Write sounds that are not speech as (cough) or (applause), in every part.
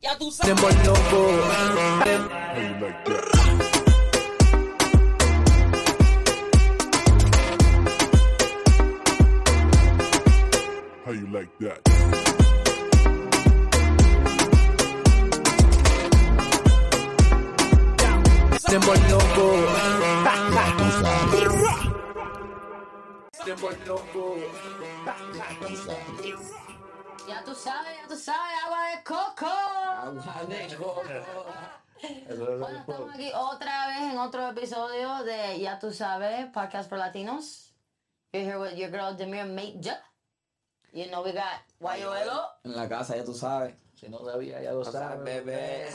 Ya tú sabes. Hacemos loco. How you like that? Hacemos loco. Hacemos loco. Ya tú sabes, ya tú sabes, agua de coco. Agua de coco. Bueno, estamos aquí otra vez en otro episodio de Ya tú sabes, podcast for Latinos. You're here with your girl Demir Major. You know we got Guayuelo. En la casa, ya tú sabes. Si no sabía, ya lo sabes, (laughs) bebé.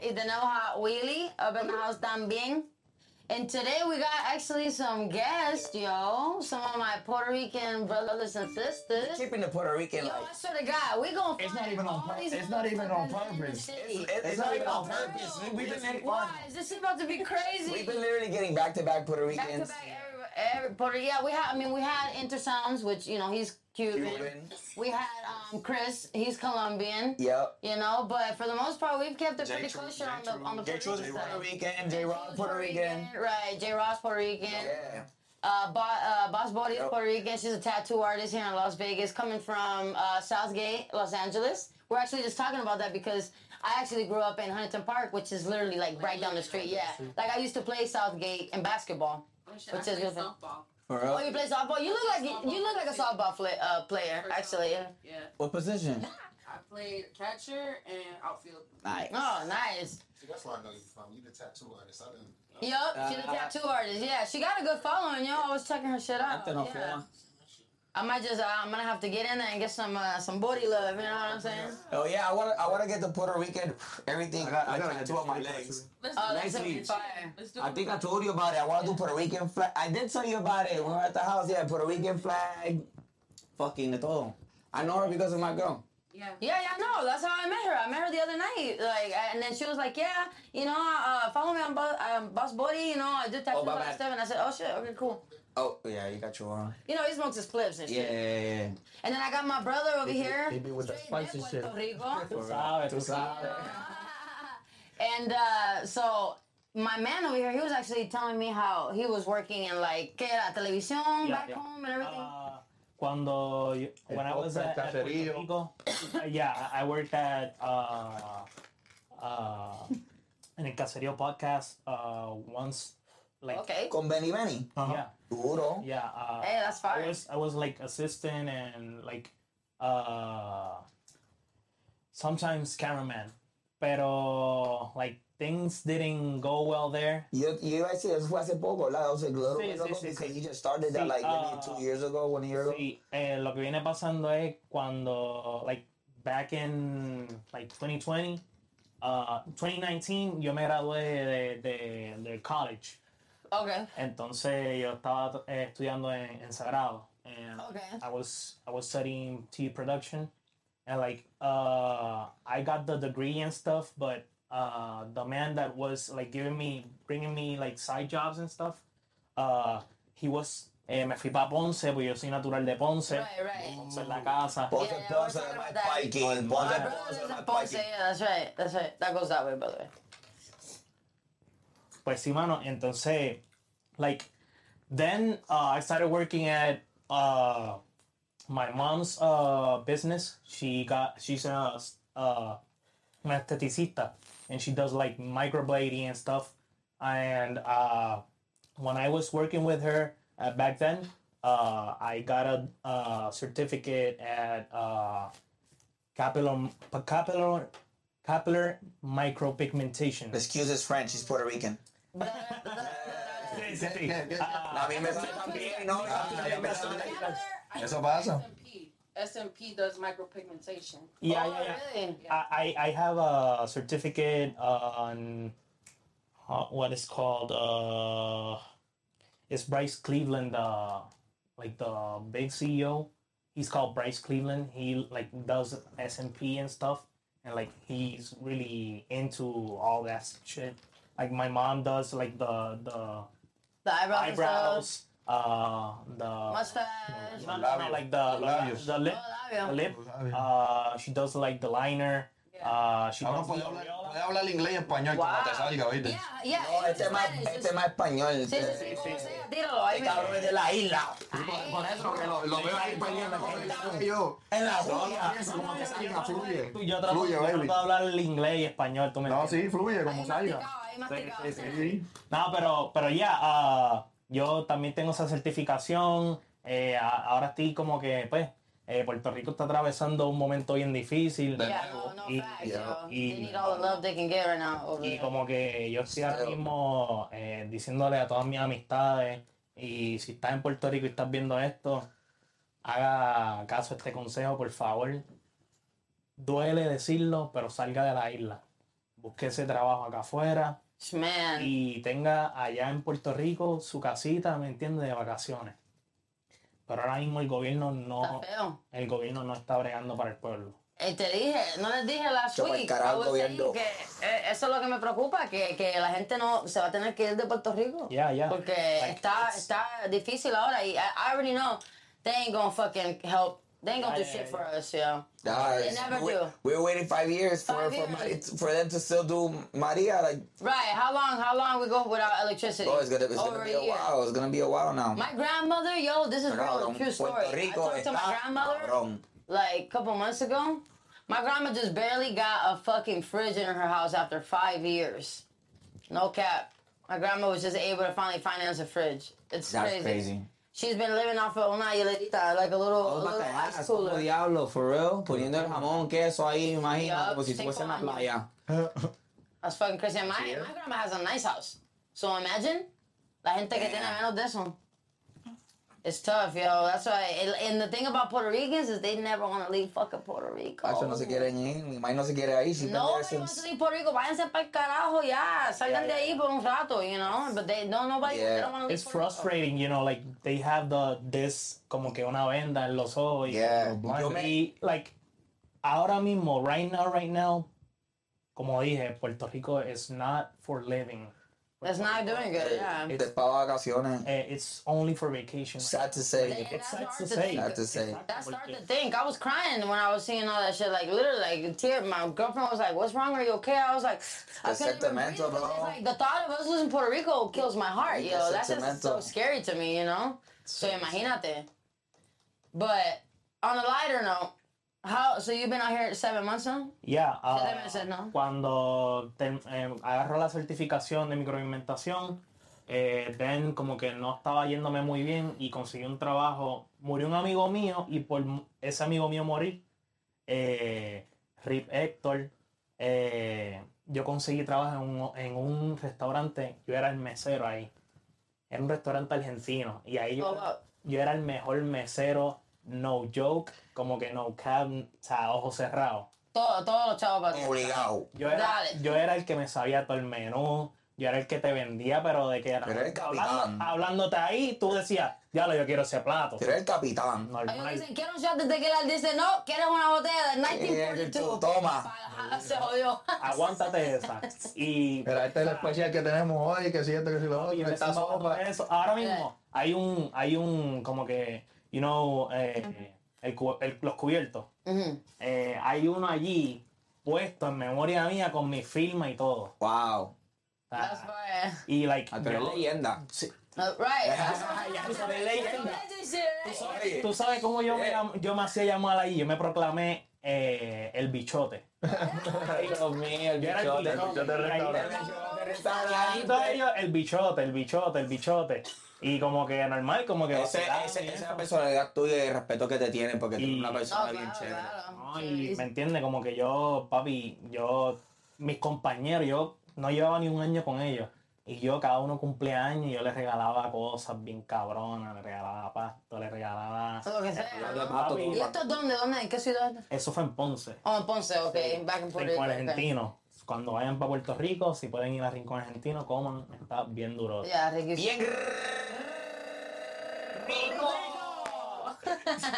Y tenemos a Willy up in the house también. And today we got actually some guests, yo. Some of my Puerto Rican brothers and sisters. Keeping the Puerto Rican Yo, life. I swear to God, we gonna. It's find not even on all pur- these it's not even on motherfuckers in the purpose. city. It's not even on purpose. real. We've been in- Why is this about to be crazy? We've been literally getting back to back Puerto back to Ricans. back every, every Puerto yeah we had I mean we had intersounds which you know he's Cuban, Cuban. we had um Chris he's Colombian Yep. you know but for the most part we've kept it pretty J-Tru- kosher on the on the Puerto Gertrude's Rican Puerto side. Rican. J Rod Puerto Rican. right J Ross Puerto Rican Yeah. uh, Bo- uh Boss Bodie is Yep. Puerto Rican she's a tattoo artist here in Las Vegas coming from uh, Southgate Los Angeles we're actually just talking about that because I actually grew up in Huntington Park which is literally like right down the street yeah like I used to play Southgate in basketball Which is good. softball. For Oh, you real? play softball? You look like you, you look like a softball fl- uh, player, For actually. softball. Yeah, What position? I played catcher and outfield. Nice. Oh, nice. See, that's where I know you from. You the tattoo artist. I didn't. Yup, she's a Uh, tattoo artist. Yeah, she got a good following, yo. I was checking her shit out. Nothing on Yeah. film. I might just, uh, I'm gonna have to get in there and get some uh, some booty love. You know what I'm saying? Oh yeah, I wanna I wanna get the Puerto Rican everything. I, got- I gotta got get two the on my Puerto legs. Let's Oh, do that's it. gonna be Next fire. Let's do I it. think I told you about it. I wanna do Puerto Rican flag. I did tell you about it when we were at the house. Yeah, Puerto Rican flag. Fucking the todo. I know her because of my girl. yeah. Yeah, yeah, no, that's how I met her. I met her the other night, like, and then she was like, "Yeah, you know, uh, follow me on Bo- um, Boss Body, you know, I do tattoos my and bad. stuff." And I said, "Oh shit, okay, cool." Oh yeah, you got your one. You know, he smokes his clips and Yeah, shit. yeah, yeah. And then I got my brother over here, Maybe with the straight spicy from shit. Puerto Rico. (laughs) (laughs) Tú sabes, tú sabes. and uh, so my man over here, he was actually telling me how he was working in like que era, televisión Yeah, back yeah. home and everything. Uh, cuando you, El when I was podcast, at, at Puerto caserío. Rico, uh, yeah, I I worked at uh, uh, an El Caserío podcast uh, once, like uh-huh, okay, Con Benny Benny. yeah, Duro. yeah. Uh, hey, that's I fire. was I was like assistant and like uh, sometimes cameraman, pero like things didn't go well there. You, you guys see, eso fue hace poco, ¿verdad? O sea, little Sí, bit sí, ago, sí, because sí. you just started that Sí, like ah, maybe two years ago, one year ago. Sí, eh, lo que viene pasando es cuando, like, back in, like, 2020, uh, 2019, yo me gradué de, de, de college. Okay, Entonces, yo estaba eh, estudiando en, en Sagrado. And okay, I was, I was studying TV production. And, like, uh, I got the degree and stuff, but uh, the man that was, like, giving me, bringing me, like, side jobs and stuff, uh, he was, eh, me fui para Ponce, porque yo soy natural de Ponce. right, right. Ponce en la casa. Ponce, yeah, Ponce, we're talking my about that. Viking. My Ponce, brother Ponce, lives in my Ponce. Viking. Yeah, that's right, that's right. That goes that way, by the way. Pues sí, mano. Entonces, like, then uh, I started working at uh, my mom's uh, business. She got, she's a uh, an esteticista, and she does like microblading and stuff. And uh, when I was working with her uh, back then, uh, I got a, uh certificate at uh, capillar, capillar, capillar micropigmentation. Excuse his French, he's Puerto Rican. Sí, sí, sí. ¿Qué, qué? Ah, a mí me sale también, ¿no? Ah, A mí ya me pensaba sale. Eso pasa. SMP. SMP does micropigmentation. yeah, oh, yeah, yeah. really? I, I I have a certificate on uh, what is called uh, it's Bryce Cleveland, uh, like the big CEO. He's called Bryce Cleveland. He like does S and P and stuff, and like he's really into all that shit. Like my mom does like the the The eyebrows, and stuff, eyebrows, uh, the mustache. no, no, no, like the, Labios. the lip, Oh, the labio. lip. Uh, she does like the liner, Uh, she Ahora comes puede from hablar, Loyola. puede hablar inglés y español como te salga, ¿oíste? Yeah, yeah. No, English este es más, Spanish is- este es más español. Sí, sí, este- sí, como sea, tíralo. Ahí me- Cabrón es de la isla. Sí, por, por eso que lo, lo veo ahí peleando con el chavo y yo. En la No, no olla. pienso como te salga, fluye. Tú- Yo trato, Fluye, yo trato de baby. hablar el inglés y español, tú me No, sí, entiendes. fluye ahí como salga. masticado, ahí masticado. Sí, sí, Sí. No, pero, pero ya, ah, yo también tengo esa certificación. eh, a- ahora estoy como que, pues, eh, Puerto Rico está atravesando un momento bien difícil. Yeah, no, no Y- facts, y- yo. y- They need all the love they can get right now over Y there. como que yo estoy ahora mismo eh, diciéndole a todas mis amistades, y si estás en Puerto Rico y estás viendo esto, haga caso a este consejo, por favor. Duele decirlo, pero salga de la isla. Busque ese trabajo acá afuera Man. y tenga allá en Puerto Rico su casita, ¿me entiendes? De vacaciones. Pero ahora mismo el gobierno no, Está feo. el gobierno no está bregando para el pueblo. Eh, te dije, no les dije la Chaval, week. carajo, I was saying gobierno. que eh, eso es lo que me preocupa, que, que la gente no se va a tener que ir de Puerto Rico. Yeah, yeah. Porque Like, está, it's- está difícil ahora y I, I already know they ain't gonna fucking help. They ain't gonna Yeah, do yeah, shit yeah. for us, yo. Nah, They it's- never we, do. We're waiting five years for Five for, years. Mari- for them to still do Maria. Like, Right, how long, how long we go without electricity? oh, it's gonna, it's Over gonna be a a year. while. It's gonna be a while now. My grandmother, yo, this is real, Cabrón, true story. Puerto Rico I talked to my está grandmother cabrón. like a couple months ago. My grandma just barely got a fucking fridge in her house after five years. No cap. My grandma was just able to finally finance a fridge. It's That's crazy. She's been living off of una hielerita, like a little, a Vamos little para ice allá, como cooler. diablo, for real. Poniendo el jamón, queso ahí, imagina, Yup, como si cinco fuese en la años. playa. That's fucking crazy. And my, my grandma has a nice house. So imagine la gente que tiene menos de eso. It's tough, yo. That's why. And- and the thing about Puerto Ricans is they never want to leave fucking Puerto Rico. Cacho, no se quieren ir, mi madre no se quiere ir. She's been No, there they want since- to leave Puerto Rico. Váyanse para el carajo ya. Salgan de ahí por un rato, you know. But they don't nobody. They Yeah. don't want to leave. It's Puerto Rico. frustrating, you know, like they have the this como que una venda en los ojos. y- Yeah. Yo me- Y like ahora mismo, right now, right now, como dije, Puerto Rico is not for living. That's not doing good. Yeah. It's, de pa' vacaciones. eh, it's only for vacation. Sad to say. And that's sad hard to to say. think. Sad to say. That's hard to think. I was crying when I was seeing all that shit. Like literally, like tear. My girlfriend was like, "What's wrong? Are you okay?" I was like, "I It's couldn't even breathe." sentimental, because it's bro. Like the thought of us losing Puerto Rico kills my heart. It's yo, that's just so sentimental. scary to me. You know. So imagínate. But on a lighter note, how? So you've been out here seven months now? Yeah, ah, Siete meses, ¿no? Cuando te- eh, agarro la certificación de microalimentación, eh, then como que no estaba yéndome muy bien y conseguí un trabajo. Murió un amigo mío y por mu- ese amigo mío morir, eh, Rip Héctor, eh, yo conseguí trabajo en un, en un restaurante. Yo era el mesero ahí. Era un restaurante argentino y ahí yo, Oh, wow. yo era el mejor mesero, no joke, como que no cap, o sea, ojos cerrados. Todo, todos los chavos para ti. Obligado. Yo era, Dale. yo era el que me sabía todo el menú, yo era el que te vendía, pero de que era. Pero el capitán. hablando, hablándote ahí, tú decías, diablo, yo quiero ese plato. Tú eres el capitán. Ellos Normal. dicen, quiero un shot de tequila. Él dice, no, quiero una botella de Eh, 1942. tú, Toma. Para- (laughs) Se jodió. Aguántate esa. (laughs) Y ah, Mira, este es el especial que tenemos hoy, que si esto, que si lo y otro, esta decimos, sopa. eso. Ahora mismo hay un, hay un, como que, you know, eh, el cu- el- los cubiertos. Ujú. Eh, hay uno allí puesto en memoria mía con mi firma y todo. Wow. O sea, That's why. y like, Ah, Pero yo- es leyenda. sí. Uh, right. That's why. Ya tú sabes, leyenda. That's shit, right? Tú sabes cómo yo me, Eh. llam- yo me hacía llamar ahí, yo me proclamé eh, el bichote. Ay, Dios mío, el Yo era el bichote. bichote. bichote del Ahí- restaurante. ahí todos ellos, el bichote, el bichote, el bichote. Y como que normal, como que Ese- vacilaban ese- y Esa es eso. la personalidad tuya y el respeto que te tienen porque tú eres Y- una No, persona bien claro, chévere. claro. No, y Sí. me entiende, como que yo, papi, yo, mis compañeros, yo no llevaba ni un año con ellos. Y yo cada uno cumplía años y yo les regalaba cosas bien cabronas, les regalaba pasto, les regalaba... Lo que sea, Los ¿no? demás, tú, Papi. ¿Y esto es dónde? ¿Dónde? ¿En qué ciudad? Eso fue en Ponce. Oh, en Ponce, ok. Back in Puerto Rico. Rincón ok. Argentino. Cuando vayan para Puerto Rico, si pueden ir a Rincón Argentino, coman, está bien duro. Ya, riquísimo. Bien rico. (laughs)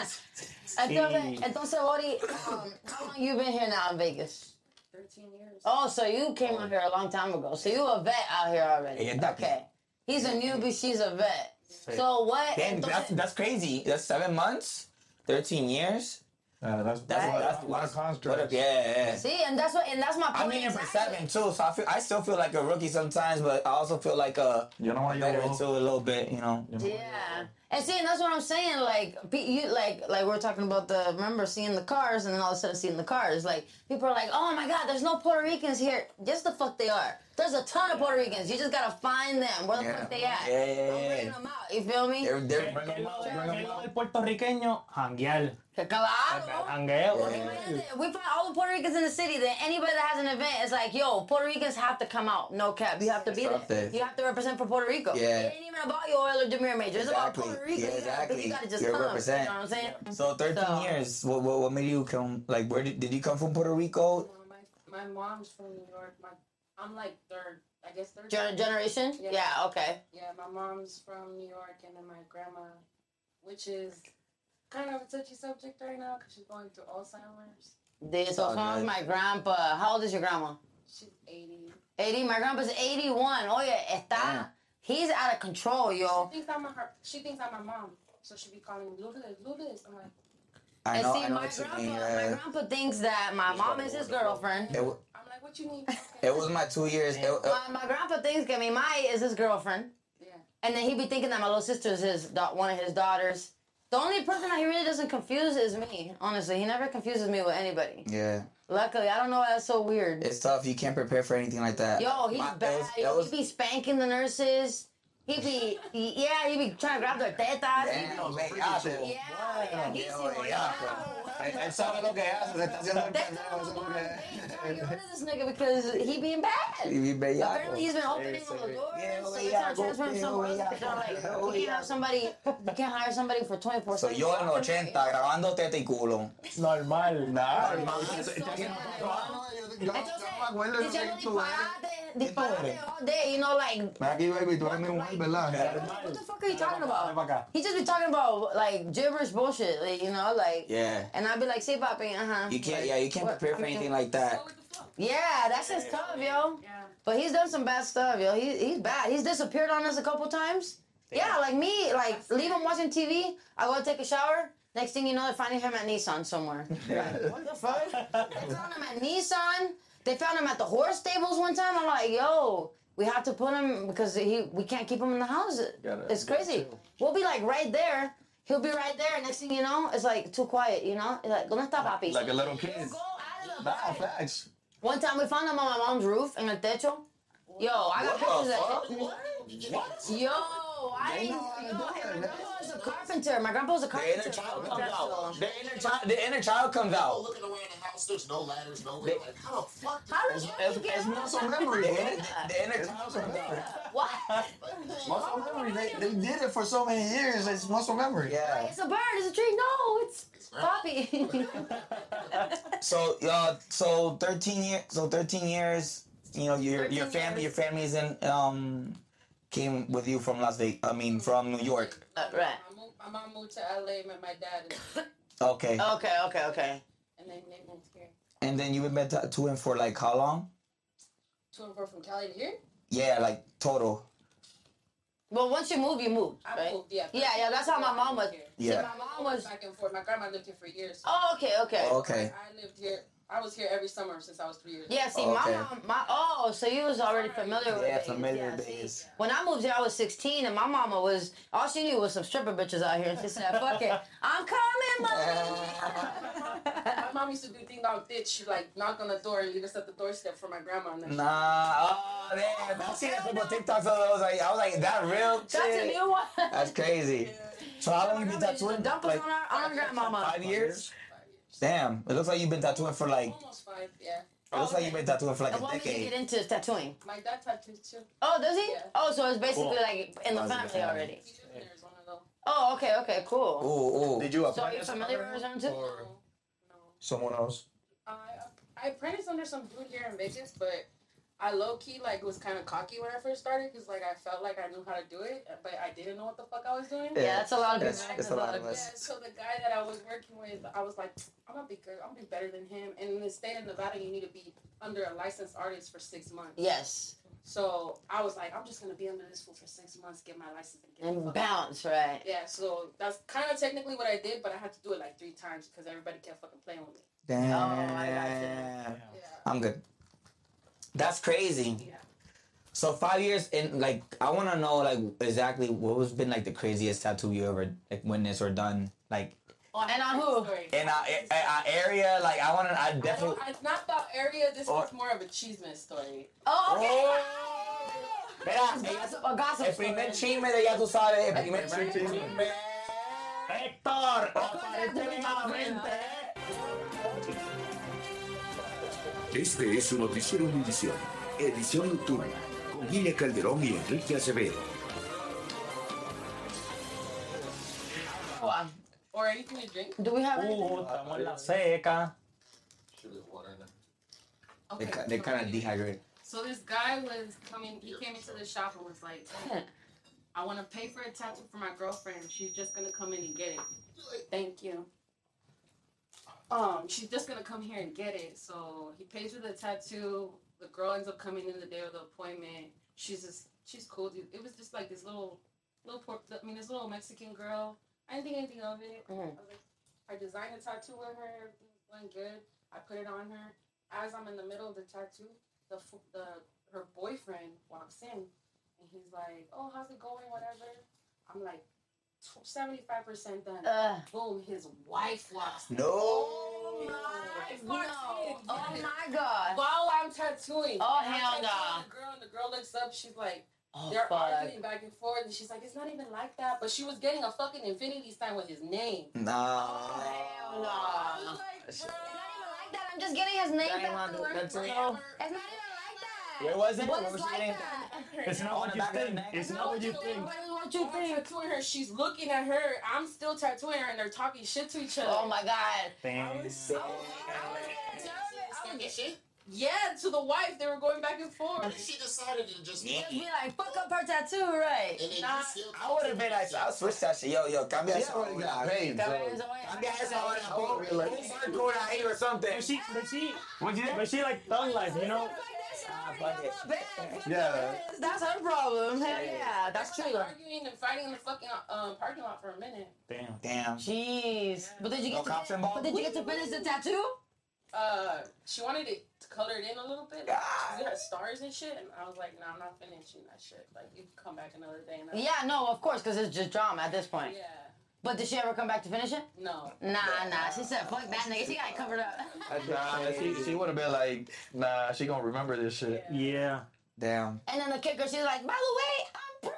Entonces, entonces, Bori, um, how long you been here now in Vegas? 13 years. Oh, so you came out here a long time ago. So you a vet out here already. Ella está aquí. Okay. He's a newbie, she's a vet. So what? Damn, that's, entonces- that's crazy. That's seven months, 13 years. Uh, that's That's, what, that's, a lot of What constructs. if, yeah, yeah. See, and that's what, and that's my point. I'm meaning for exactly. seven too, so I feel I still feel like a rookie sometimes, but I also feel like a You know why Oh, you're veteran old? too a little bit, you know. Yeah. And see, and that's what I'm saying. Like, pe- you like, like we're talking about the remember seeing the cars, and then all of a sudden seeing the cars. Like, people are like, "Oh my God, there's no Puerto Ricans here." Yes, the fuck they are. There's a ton of Puerto Ricans. You just gotta find them. Where the Yeah. fuck they at? Yeah, yeah, I'm yeah. bringing them out. You feel me? They're, they're, Bring 'em out, bring 'em out. El puertorriqueño, janguear. Ah, Claro. Jangueo. Yeah. We find all the Puerto Ricans in the city. Then anybody that has an event is like, "Yo, Puerto Ricans have to come out. No cap. You have to be Stop there. this. You have to represent for Puerto Rico. Yeah. It ain't even about your oil or Demir Major. It's about Exactly. Puerto Rico. Yeah, You gotta- exactly. You gotta just You're come. You represent. know what I'm saying? so 13 So- years. What, what what made you come? Like, where did did you come from? Puerto Rico? You know, my, my mom's from New York. My I'm like third, I guess third. Gen- generation? Yeah. yeah. Okay. Yeah, my mom's from New York, and then my grandma, which is kind of a touchy subject right now because she's going through Alzheimer's. This so Oh, sounds nice. my grandpa. How old is your grandma? She's 80. 80. My grandpa's 81. Oh yeah, está. Damn. He's out of control, yo. She thinks I'm a her. She thinks I'm a mom, so she be calling me Lourdes, Lourdes. I'm like, I and know, Eh, see, I know my what you grandpa, mean. my Yeah. grandpa thinks that my mom is his girlfriend. It, wa- I'm like, what you need? it was my two years. It, it- My, my grandpa thinks that me, my is his girlfriend, yeah. and then he be thinking that my little sister is his da- one of his daughters. The only person that he really doesn't confuse is me. Honestly, he never confuses me with anybody. yeah, Luckily, I don't know why that's so weird. it's tough. You can't prepare for anything like that. Yo, he's My- it bad. was- it was- he be spanking the nurses. He be, he- yeah, he be trying to grab their tetas. He be- Damn, bellaco. Yeah, yeah, he's Viejo bellaco. Él sabe lo que hace, se está haciendo el They pendejo, thought eso about es going to this nigga because he being bad. (laughs) You be bellaco. Apparently he's been opening all the doors, Yeah, so we they're trying are to transfer him going, somewhere else we are because they're like, going, you we can't are have somebody, you can't hire somebody for twenty four. So yo en 80 grabando teta y culo. Normal. Nah, hermano, He's eso- so está bien bad, actuado, Oh, yo- yo- yo me acuerdo Entonces, de lo diciendo que tú eres. disparate, disparate all day, you know, like Ven aquí, baby, tú eres mi mujer, ¿verdad? What the fuck are you talking Dale pa' acá. about? He just be talking about like gibberish bullshit, like, you know, like. Yeah. And I'd be like, say popping, uh huh. You can't, yeah, you can't prepare for anything like that. Go with the flow. Yeah, that's just tough, yo. Yeah. But he's done some bad stuff, yo. He, he's bad. He's disappeared on us a couple times. Yeah, like me, like leave him watching TV. I go take a shower. Next thing you know, they're finding him at Nissan somewhere. (laughs) what the fuck? they found him at Nissan. They found him at the horse stables one time. I'm like, yo, we have to put him because he we can't keep him in the house. it's crazy. We'll be like right there. He'll be right there. Next thing you know, it's like too quiet. You know, it's like don't stop, papi. Like a little He'll kid. go out of the Nah, bag. facts. One time we found him on my mom's roof in el techo. Yo, I got What pictures the of fuck? it. What? Yo, I ain't. Yo, know how to do it, and man. my grandpa was a carpenter. My grandpa was a The carpenter. inner child Oh, comes that's out. all. The inner child, the inner child comes Oh, out. looking around the house, there's no ladders, no way. Like, how the fuck? How does It's, you it's get out? muscle memory, The inner, man. the inner child comes (laughs) out. What? Muscle memory. They, they did it for so many years. It's muscle memory. Yeah. It's a bird. It's a tree. No, it's Bobby. So y'all, so 13 years, so 13 years. You know, your your 13 family, your years. family's in um came with you from Las Vegas. I mean, from New York. Uh, right. My, mom, my mom moved to LA, met my dad, and, Okay. (laughs) Okay, okay, okay. and then they moved here. And then you've been to, to and for like how long? To and fro from Cali to here. Yeah, like total. Well, once you move, you move, I right? moved, yeah. Yeah, yeah, that's how my mom was. Here. See, Yeah. my mom was. back and forth. My grandma lived here for years. Oh, okay, okay. Okay. I lived here. I was here every summer since I was three years. old. Yeah, see, my Okay. mom, my oh, so you was already familiar with Yeah, Vegas. familiar with see. Vegas. When I moved here, I was 16, and my mama was all she knew was some stripper bitches out here, and she said, "Fuck it, I'm coming, (laughs) mommy." My mom used to do ding dong ditch. She like knock on the door and leave us at the doorstep for my grandma. And then Nah, oh damn! I've seen a couple TikToks of those. Like, I was like, that real That's a shit. new one. That's crazy. So how long you been tattooing? Dump us Like on our on our grandmama. five years? Damn, it looks like you've been tattooing for like. Almost five, yeah. It looks like you've been tattooing for like And a what made you decade. get into tattooing? My dad tattooed too. Oh, does he? Yeah. Oh, so it's basically Cool. like in the Ours in the family family. already. He lived in Arizona though. Oh, okay, okay, Ooh, cool. ooh. Did you So apply are you familiar with Arizona too? or No. someone else? I I apprenticed under some dude here in Vegas, but I low key like was kind of cocky when I first started because like I felt like I knew how to do it, but I didn't know what the fuck I was doing. Yeah, that's a lot of people. It's, it's a lot of Yeah, us. so the guy that I was working with, I was like, I'm gonna be good, I'm gonna be better than him. And in the state of Nevada, you need to be under a licensed artist for six months. Yes. So I was like, I'm just gonna be under this fool for six months, get my license, and get the And fuck bounce, right? Yeah, so that's kind of technically what I did, but I had to do it like three times because everybody kept fucking playing with me. Damn. Oh, gotcha. Oh. Yeah. I'm good. That's crazy. Yeah. So five years in, like, I want to know, like, exactly what was been like the craziest tattoo you ever like witnessed or done, like, And on who? Sorry. in our, in our area. Like, I want to. I I don't, definitely. I, not about area. This Or- is more of achievement story. Oh, okay. Oh! Mira, ella- Gossip, a gossip el story. primer chisme de ella tú sabes. El primer primer chisme. chisme. Héctor, este eh. aparentemente. Este es su noticiero Univisión, edición nocturna, con Gine Calderón y Enrique Acevedo. Wow. Or anything to drink. Do we have anything? Uh, estamos en la seca. Okay. They, ki- they kind of dehydrated. So this guy was coming. He came into the shop and was like, "Hey, "I want to pay for a tattoo for my girlfriend. She's just gonna come in and get it. Thank you. Um, she's just gonna come here and get it. So he pays for the tattoo. The girl ends up coming in the day of the appointment. She's just, she's cool. Dude. It was just like this little, little, por- I mean, this little Mexican girl. I didn't think anything of it. I Mhm. was like, I designed a tattoo with her. Everything went good. I put it on her. As I'm in the middle of the tattoo, the f- the her boyfriend walks in, and he's like, "Oh, how's it going? Whatever." I'm like, seventy five percent done. Uh, Boom! His wife walks in. No. Wife no. walks in. Oh yes. my god. While I'm tattooing. Oh, And I'm hell tattooing nah. The girl and the girl looks up. She's like, Oh they're fuck. arguing back and forth, and she's like, "It's not even like that." But she was getting a fucking infinity sign with his name. Nah. Hell I no. was like, It's It's "Bruh." not even like that. I'm just getting his name That back. ain't one- to work. that's No. It's it. not even like that. Where was it? What Where is was like it? that? It's not On what the you back of the think. neck. It's not what you think. What what you I'm think? tattooing her. She's looking at her. I'm still tattooing her, and they're talking shit to each other. Oh Oh my god. Damn. Fucking shit. Yeah, to the wife. They were going back and Maybe forth. she decided to just. Yeah. Just be like, fuck up her tattoo, right? And then Nah, you still I would have been like, I'll switch that shit. Yo, yo, cambia She eso already got ahora. paid, That so. is the way- Cambia eso ahora. Pon really. pon circo ahora ahí or something. But she, but she, What'd you but she like thug life, you know? Ah, fuck it. Yeah. That's her problem. Hell Yeah. yeah, that's They true were, though. Like arguing and fighting in the fucking um, parking lot for a minute. Damn. Damn. Jeez. But did you No get cops to, involved? but did you get to finish the tattoo? Uh, she wanted it colored in a little bit. Like, God. she had stars and shit, and I was like, "Nah, I'm not finishing that shit. Like, you can come back another day." And I- Yeah, no, of course, because it's just drama at this point. Yeah. But did she ever come back to finish it? No. Nah, nah. She said, fuck that nigga. She got it covered up. Nah, she, she would have been like, nah, she gonna remember this shit. Yeah. (laughs) Yeah. Damn. and then the kicker, she's like, by the way,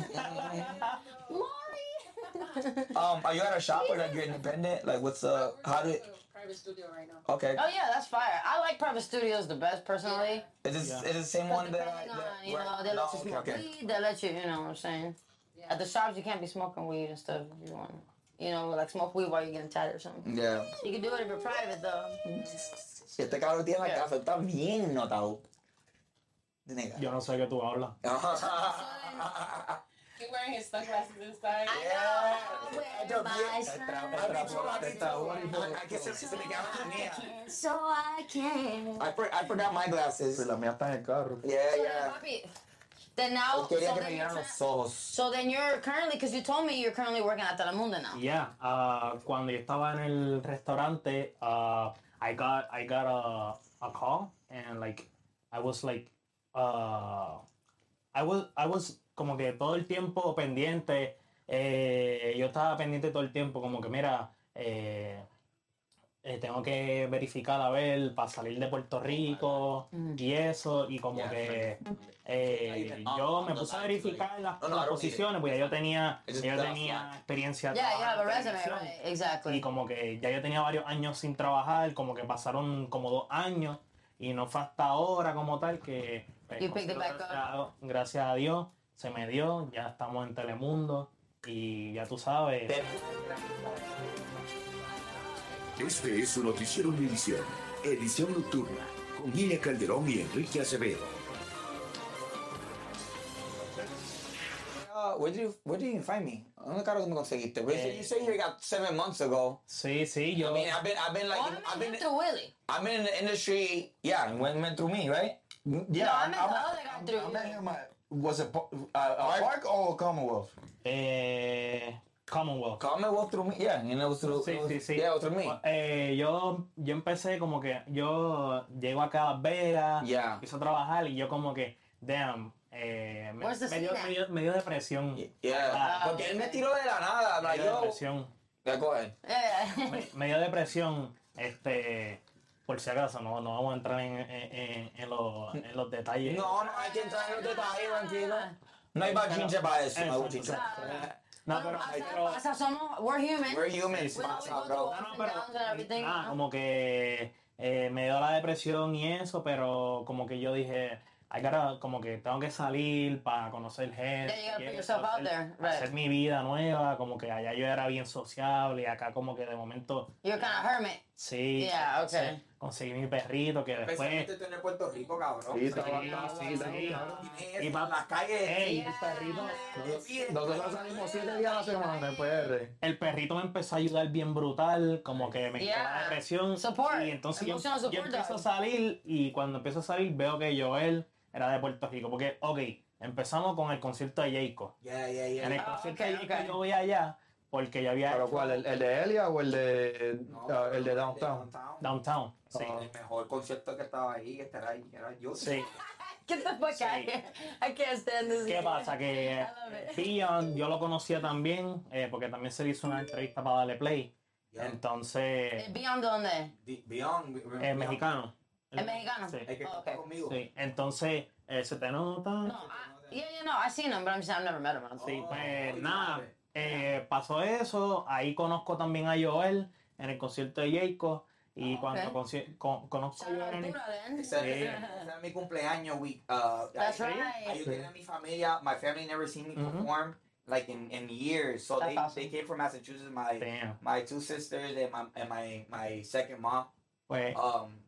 I'm pregnant. (laughs) Maury. (laughs) Um, are you at a shop or like you're independent? Like, what's uh, how do? private studio right now? Okay. oh, yeah, that's fire. I like private studios the best, personally. Is this Yeah. is it the same one that? I- Depending on, that- you know, where- they no, let you smoke okay, okay. weed, they let you, you know what I'm saying? Yeah. At the shops, you can't be smoking weed and stuff if you want. You know, like smoke weed while you're getting tatted or something. Yeah. You can do it if you're private, though. Si este cabrón tiene la Yeah. casa, está bien notado. De nega. (laughs) Yo no sé qué tú hablas. He wearing his sunglasses inside. I know. I wear my I guess it's just like, sun So I can. I for- I forgot my glasses. La mía está en el carro. Yeah, yeah. Papi, Then now, so Quería que me then, you're llenaran tra- los ojos. so then you're currently, because you told me you're currently working at Telemundo now. Yeah, uh, cuando yo estaba en el restaurante, uh, I got I got a a call and like I was like uh, I was I was como que todo el tiempo pendiente, eh, yo estaba pendiente todo el tiempo como que mira eh, eh, tengo que verificar a ver para salir de Puerto Rico Mm. y eso y como que eh, yo me puse a verificar las, No, no, I don't las need it. posiciones porque yo tenía It's just yo that tenía flag. experiencia Yeah, you have a trabajando en resume, televisión. right? Exactly. Y como que ya yo tenía varios años sin trabajar, como que pasaron como dos años y no fue hasta ahora como tal que... pues, You picked it back gracias, a, gracias a Dios se me dio, ya estamos en Telemundo y ya tú sabes. Este es su noticiero Univisión, edición nocturna, con Gine Calderón y Enrique Acevedo. Oh, Uh, where did you where did you even find me? ¿Dónde caro me conseguiste? But you said- you said you got seven months ago. Sí, sí, I yo... mean, I've been I've been like oh, I I've mean, been through Willie. I've been in the industry. Yeah, and went went through me, right? Yeah, No, I meant I'm- the I'm- other guy threw I you. met him at, was it po- uh, a park or a Commonwealth? Eh, Commonwealth. Commonwealth through me, yeah, and it was through, Sí, it was- sí, sí. yeah, it was through me. Eh, yo, yo empecé como que yo llego acá a Las Vegas, Yeah. empiezo a trabajar y yo como que, damn, eh, me, Where's the me dio, scene at? me dio- me dio depresión. Yeah, Ah, porque él me ok. tiró de la nada, Me like, dio yo, depresión. yeah, go ahead. Yeah. Me, me dio depresión, este, por si acaso, no, no vamos a entrar en, en- en- en los, en los detalles. No, no hay que entrar en los detalles, tranquilo. No hay bachinche para eso, no hay bachinche. No, pero, Pasa- pero- pasa, somos, we're human. We're humans, Well, pasa, we go bro. to- no, no, pero, Ups and downs and everything, nada, ¿no? como que eh, me dio la depresión y eso, pero como que yo dije, I gotta- como que tengo que salir para conocer gente, Yeah, you gotta put quiero yourself out hacer- there, right. hacer mi vida nueva, como que allá yo era bien sociable y acá como que de momento, You're kind of hermit. sí, Yeah, entonces, okay. conseguí mi perrito que después... tener Puerto Rico, cabrón. Sí, sí, sí. Y Eh. va- las calles. Ey, el perrito, Nosotros salimos siete días a la semana en PR. el perrito me empezó a ayudar bien brutal, como que me quitó Yeah. la depresión. Support. Y entonces yo, Emotional yo support, empiezo a dog. salir y cuando empiezo a salir veo que Joel era de Puerto Rico. Porque, ok, empezamos con el concierto de Jayco. Yeah, yeah, yeah. En el Ah, concierto ok, de Jayco ok. yo voy allá porque yo había ¿Pero hecho cuál? ¿El, el de Elia o el de, No, ah, el de el Downtown? Downtown. Sí. El mejor concierto que estaba ahí, este era, era yo. sí. Get the fuck out of here. I can't stand this. ¿Qué pasa? (laughs) Que eh, I love it. Beyond yo lo conocía también eh, porque también se le hizo una entrevista para darle play. Yeah. Entonces, Beyond donde? Be- Beyond. be- be- es Eh, mexicano. ¿Es mexicano? Sí. El que Oh, cantó okay. conmigo. Sí, entonces eh, se te nota. No, I, yeah, yeah, no, I've seen him, but I'm just, I've never met him. I don't think. Sí, Oh, pues oh, nada, ya, eh, pasó eso, ahí conozco también a Joel en el concierto de Jacob y Ah, cuando ok. conci- con- conozco a Shout out Joel en el- Arturo, then. Ese Sí. ese- ese era mi cumpleaños week. Uh, That's ahí- right. Ahí yo tenía a mi familia. My family never seen me Ujú. perform like in, in years. So That's they, awesome. they came from Massachusetts. My Damn. my two sisters and my and my, my second mom. Oh, Pues Um,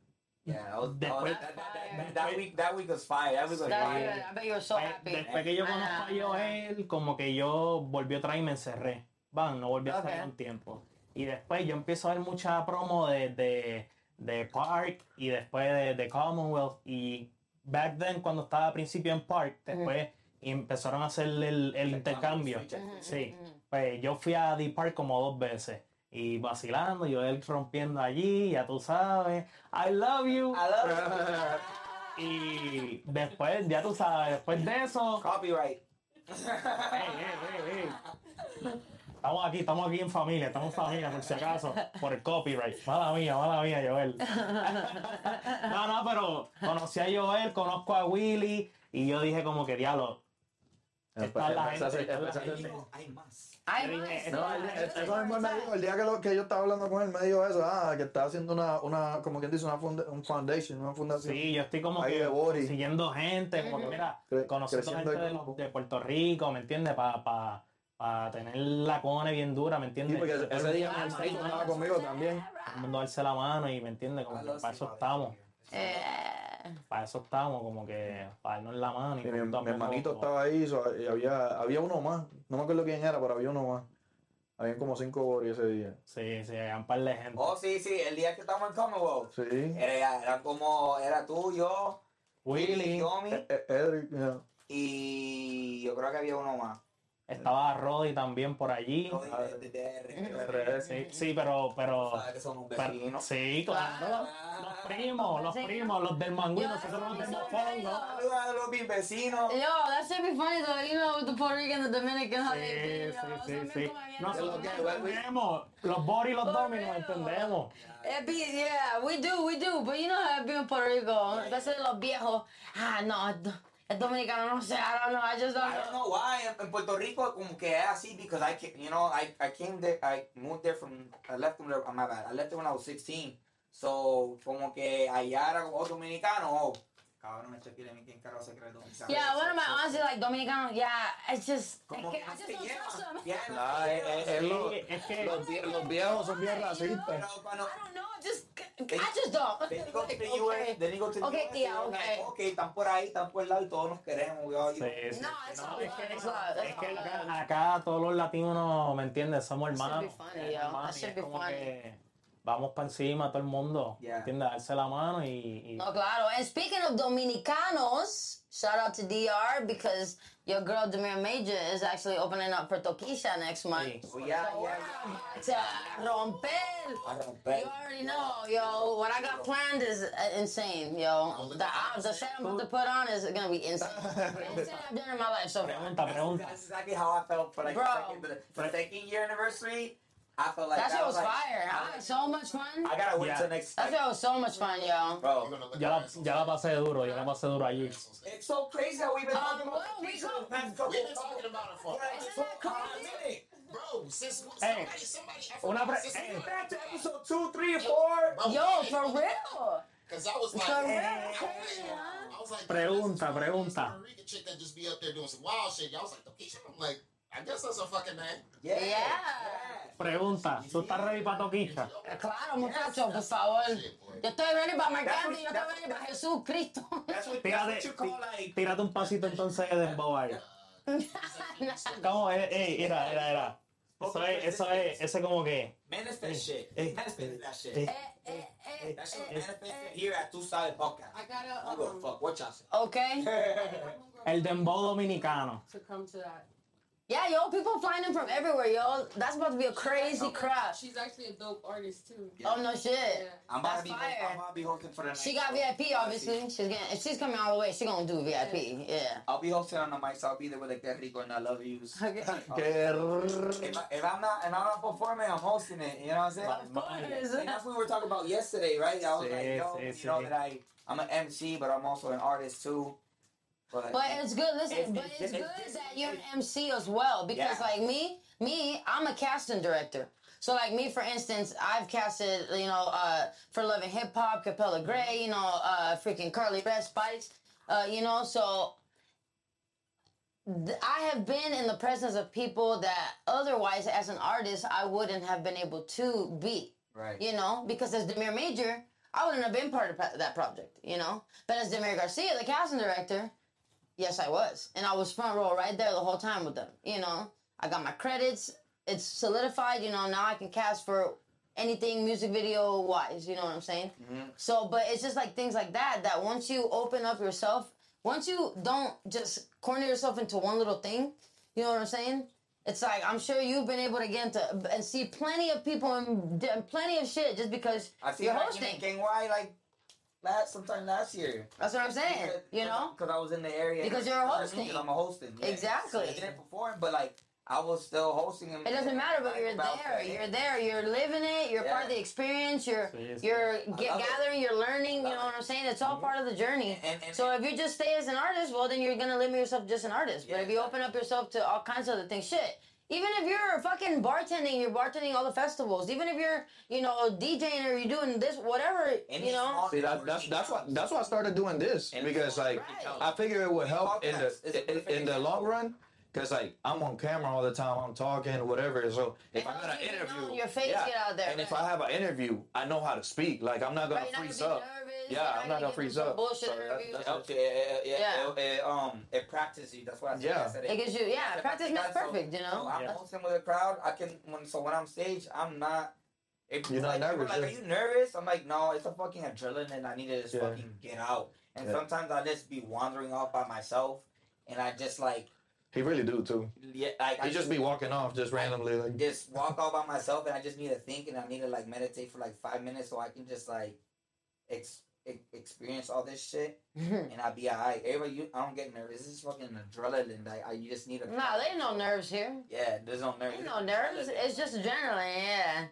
yeah, that, was, that, was- Después- that, that, that, that, that week that week was fire. That week was That's fire. good. I bet you were so pues, happy. después que yo conozco a Ah, Joel, como que yo volví otra vez y me encerré. Van, no volví a salir Ok. un tiempo. Y después yo empiezo a ver mucha promo de, de, de Park y después de, de Commonwealth. Y back then, cuando estaba al principio en Park, después empezaron a hacer el, el intercambio. Mm-hmm. Sí, pues yo fui a Deep Park como dos veces. Y vacilando, yo él rompiendo allí, ya tú sabes. I love you. I love it. (laughs) Y después, ya tú sabes, después de (laughs) eso. Copyright. Ey, ey, ey, ey. Estamos aquí, estamos aquí en familia, estamos en familia, por si acaso, por el copyright. Mala mía, mala mía, Joel. No, no, pero conocí a Joel, conozco a Willy, y yo dije como que diablo. Está la gente, Empezaste- está la empezaste- gente. Hay más. I Yo must. dije, No, Ah, él- eso él- es eso mismo él me dijo, el día que, lo- que yo estaba hablando con él, me dijo eso, ah, que estaba haciendo una, una como quien dice, una funda- un foundation, una fundación. Sí, yo estoy como Ahí que de Bori. consiguiendo gente, como que mira, Cre- conociendo creciendo gente el de, grupo. los- de Puerto Rico, ¿me entiendes? Para pa, pa tener la cone bien dura, ¿me Sí, entiendes? porque ese- ese día Ah, mi hermanito sí. estaba conmigo también. Todo el mundo darse la mano y, ¿me entiendes? Como que para eso estamos, Eh, para eso estamos, como que para darnos la mano. Y Y mi, juntos mi hermanito hacemos- estaba ahí, so- y había, había uno más. No me acuerdo quién era, pero había uno más. Habían como cinco boris ese día. Sí, sí, hay un par de gente. Oh, sí, sí, el día que estamos en Commonwealth. eh, Sí. Eh. Era, era como, era tú, yo, Willy, E- Tommy e- Edric, (laughs) yeah. y yo creo que había uno más. estaba Roddy también por allí. Yo de- de- de- de- RS. Sí, sí, pero, pero... Sabes que son un vecino. pero- sí, claro. Los primos, los primos, los del manguino, nosotros los del mofongo. Saluda a los mis vecinos. Yo, that should be funny though, you know, with the Puerto Rican, the Dominican, how they Sí, feel, yo. sí, Son sí, bien sí. como bien Nosotros dominicanos. nos entendemos. Los Boris y los Por Dominos eso. entendemos. It be, yeah, we do, we do. But you know how it be in Puerto Rico, especially los viejos. Ah, no, d- el dominicano no sé, I don't know, I just don't I don't know. know why en- en Puerto Rico como que es así because I ca- you know I I came there I moved there from I left when I- oh, my bad I left there when I was 16 so como que allá era como oh, dominicano oh cabrón este pide mi quien carajo se cree dominicano Yeah, one of my So- aunts is like Dominicano. Yeah, it's just, I, como can't, que I no just te don't lleva. trust 'em." them. Yeah, no Nah, te eh, lleva. eh, es lo- Sí, es que los, vie- los viejos son (laughs) bien pero racistas. cuando I don't know, just, They- I just don't. They go to (laughs) the Like, US, okay. they go to the Okay, US, yeah, they're like, okay. okay, están por ahí, están por el lado y todos nos queremos. we all- Sí, sí. No, it's No, all es love, que- it's love, es it's que all love. acá, acá todos los latinos, ¿me entiendes? Somos That should be hermanos. funny, yo. That hermanos, y should es be como funny. que vamos para encima todo el mundo, Yeah. ¿entiendes? Darse la mano y... y- No, Oh, claro. And speaking of Dominicanos, shout out to DR because your girl Demir Major is actually opening up for Toquisha next month. Sí. Oh, yeah, So we're yeah, Ah, about to romper. I don't You bet. already know, yo. What I got planned is uh, insane, yo. The odds, the set I'm about to put on is gonna be (laughs) insane. Best set I've done in my life so far. Pregunta, pregunta. That's exactly how I felt for like Bro. the second, the, for the second year anniversary. I felt like That shit I was like, fire. I I, had so much fun. I gotta wait Yeah. till next. That shit Like, was so much fun, yo. You're bro, gonna let Ya la, that- ya la pasé duro, ya la pasé duro allí. it's so crazy how we've been Um, talking about well, we this for go- the past couple. We've been talking about it for Yeah, Isn't it's so that hot crazy? minute. bro since Hey, somebody somebody Eh, una pre- Eh, since- hey. Back to episode two, three, four. Bro, Yo, for (laughs) real. Cause I was like, For real, I was crazy, huh? like- I was like, Pregunta, this pregunta. Puerto Rican chick that just be up there doing some wild shit. Y'all was like, Tokisha. I'm like, I guess that's a fucking name. Yeah. Yeah. Pregunta, ¿tú estás ready para Toquilla? Claro, muchacho, por favor. Shit, boy. Yo estoy ready para That's Mercante, what- yo estoy that's ready what- para Jesucristo. (laughs) That's what, that's Tírate, what you call tí- like. tírate un pasito entonces de dembow ahí. ¿Cómo Eh, es? Ey, era, era, era. Eso es, eso es, eso es como que... Manifest shit. eh, manifest that shit. eh, Eh, eh, that shit eh, manifest here at Two Sided Buckeye. I I gotta don't give a um, fuck what y'all say. Okay. (laughs) El dembow dominicano. to come to that. Yeah, yo, people flying in from everywhere, yo. That's about to be a crazy crowd. She's actually a dope artist too. Oh no Yeah. shit. I'm That's about to be. fire. I'm about to be hosting for the night. She got VIP, obviously. She's getting. If she's coming all the way, she gonna do VIP. Yeah. I'll be hosting on the mics. I'll be there with like that Rico and I love yous. (laughs) Okay. Qué If, I, if I'm not if I'm not performing, I'm hosting it. You know what I'm saying? Of course. And that's what we were talking about yesterday, right? I was Sí, like, yo, sí, you know sí. that I I'm an MC, but I'm also an artist too. But, But it's good. Listen, It's- but it's- it's, good it's- that you're an MC as well because, Yeah. like me, me, I'm a casting director. So, like me, for instance, I've casted, you know, uh, for Love and Hip Hop, Capella Mm-hmm. Gray, you know, uh, freaking Curly Red Spice, uh, you know. So, th- I have been in the presence of people that otherwise, as an artist, I wouldn't have been able to be. right. You know, because as Demir Major, I wouldn't have been part of pa- that project, you know? But as Demir Garcia, the casting director, yes, I was. And I was front row right there the whole time with them, you know? I got my credits, it's solidified, you know? Now I can cast for anything music video wise, you know what I'm saying? Mm-hmm. So, but it's just like things like that, that once you open up yourself, once you don't just corner yourself into one little thing, you know what I'm saying? It's like I'm sure you've been able to get into and see plenty of people and, d- and plenty of shit just because I see you're like hosting. in Gang Y like last sometime last year. That's what I'm saying. You know, because I was in the area. Because you're You know what I mean? hosting. 'Cause I'm a hosting. yeah. Exactly. I didn't perform, but like I was still hosting. it doesn't matter, but you're there. You're there. You're living it. You're part of the experience. You're Sí, sí. you're I get, love it. gathering. You're learning. You know love what it. I'm saying? It's all part of the journey. And- and- so if you just stay as an artist, well, then you're gonna limit yourself to just an artist. But Yeah, if you open up yourself to all kinds of other things, shit. Even if you're fucking bartending, you're bartending all the festivals. Even if you're, you know, DJing or you're doing this, whatever, Any you know. small See, that, that's that's why that's why I started doing this And because like Right. I figure it would help in Podcast is a the perfect in, in the example. long run because like I'm on camera all the time, I'm talking whatever. So if I helps got an you get interview, known, your face yeah, get out there, and if right. I have an interview, I know how to speak. Like I'm not gonna Right, you're not freeze gonna be up. nervous, Yeah, you're not I'm not gonna gonna give freeze them some up. bullshit So that- interview. that's Okay, eh, eh, eh, Yeah. eh, eh, um, it practices you. That's why I said Yeah. I said It gives you- yeah, I said practice makes practice, so- perfect, you know? So I'm Yeah. hosting with a crowd. I can when so when I'm stage, I'm not. If You're not like, people nervous, are Like, yeah. are you nervous? I'm like, no, it's a fucking adrenaline. I need to just Yeah. fucking get out. And Yeah. sometimes I just be wandering off by myself, and I just like, He really do too. yeah, like I He just be walking off just randomly like just walk all by myself, and I just need to think, and I need to like meditate for like five minutes, so I can just like, ex- e- experience all this shit (laughs) and I'd be alright. Everybody, you, I don't get nervous. This is fucking adrenaline. Like I, you just need a. nah, there ain't no nerves here. Yeah, there's no nerves. Ain't no nerves. It's just adrenaline, yeah.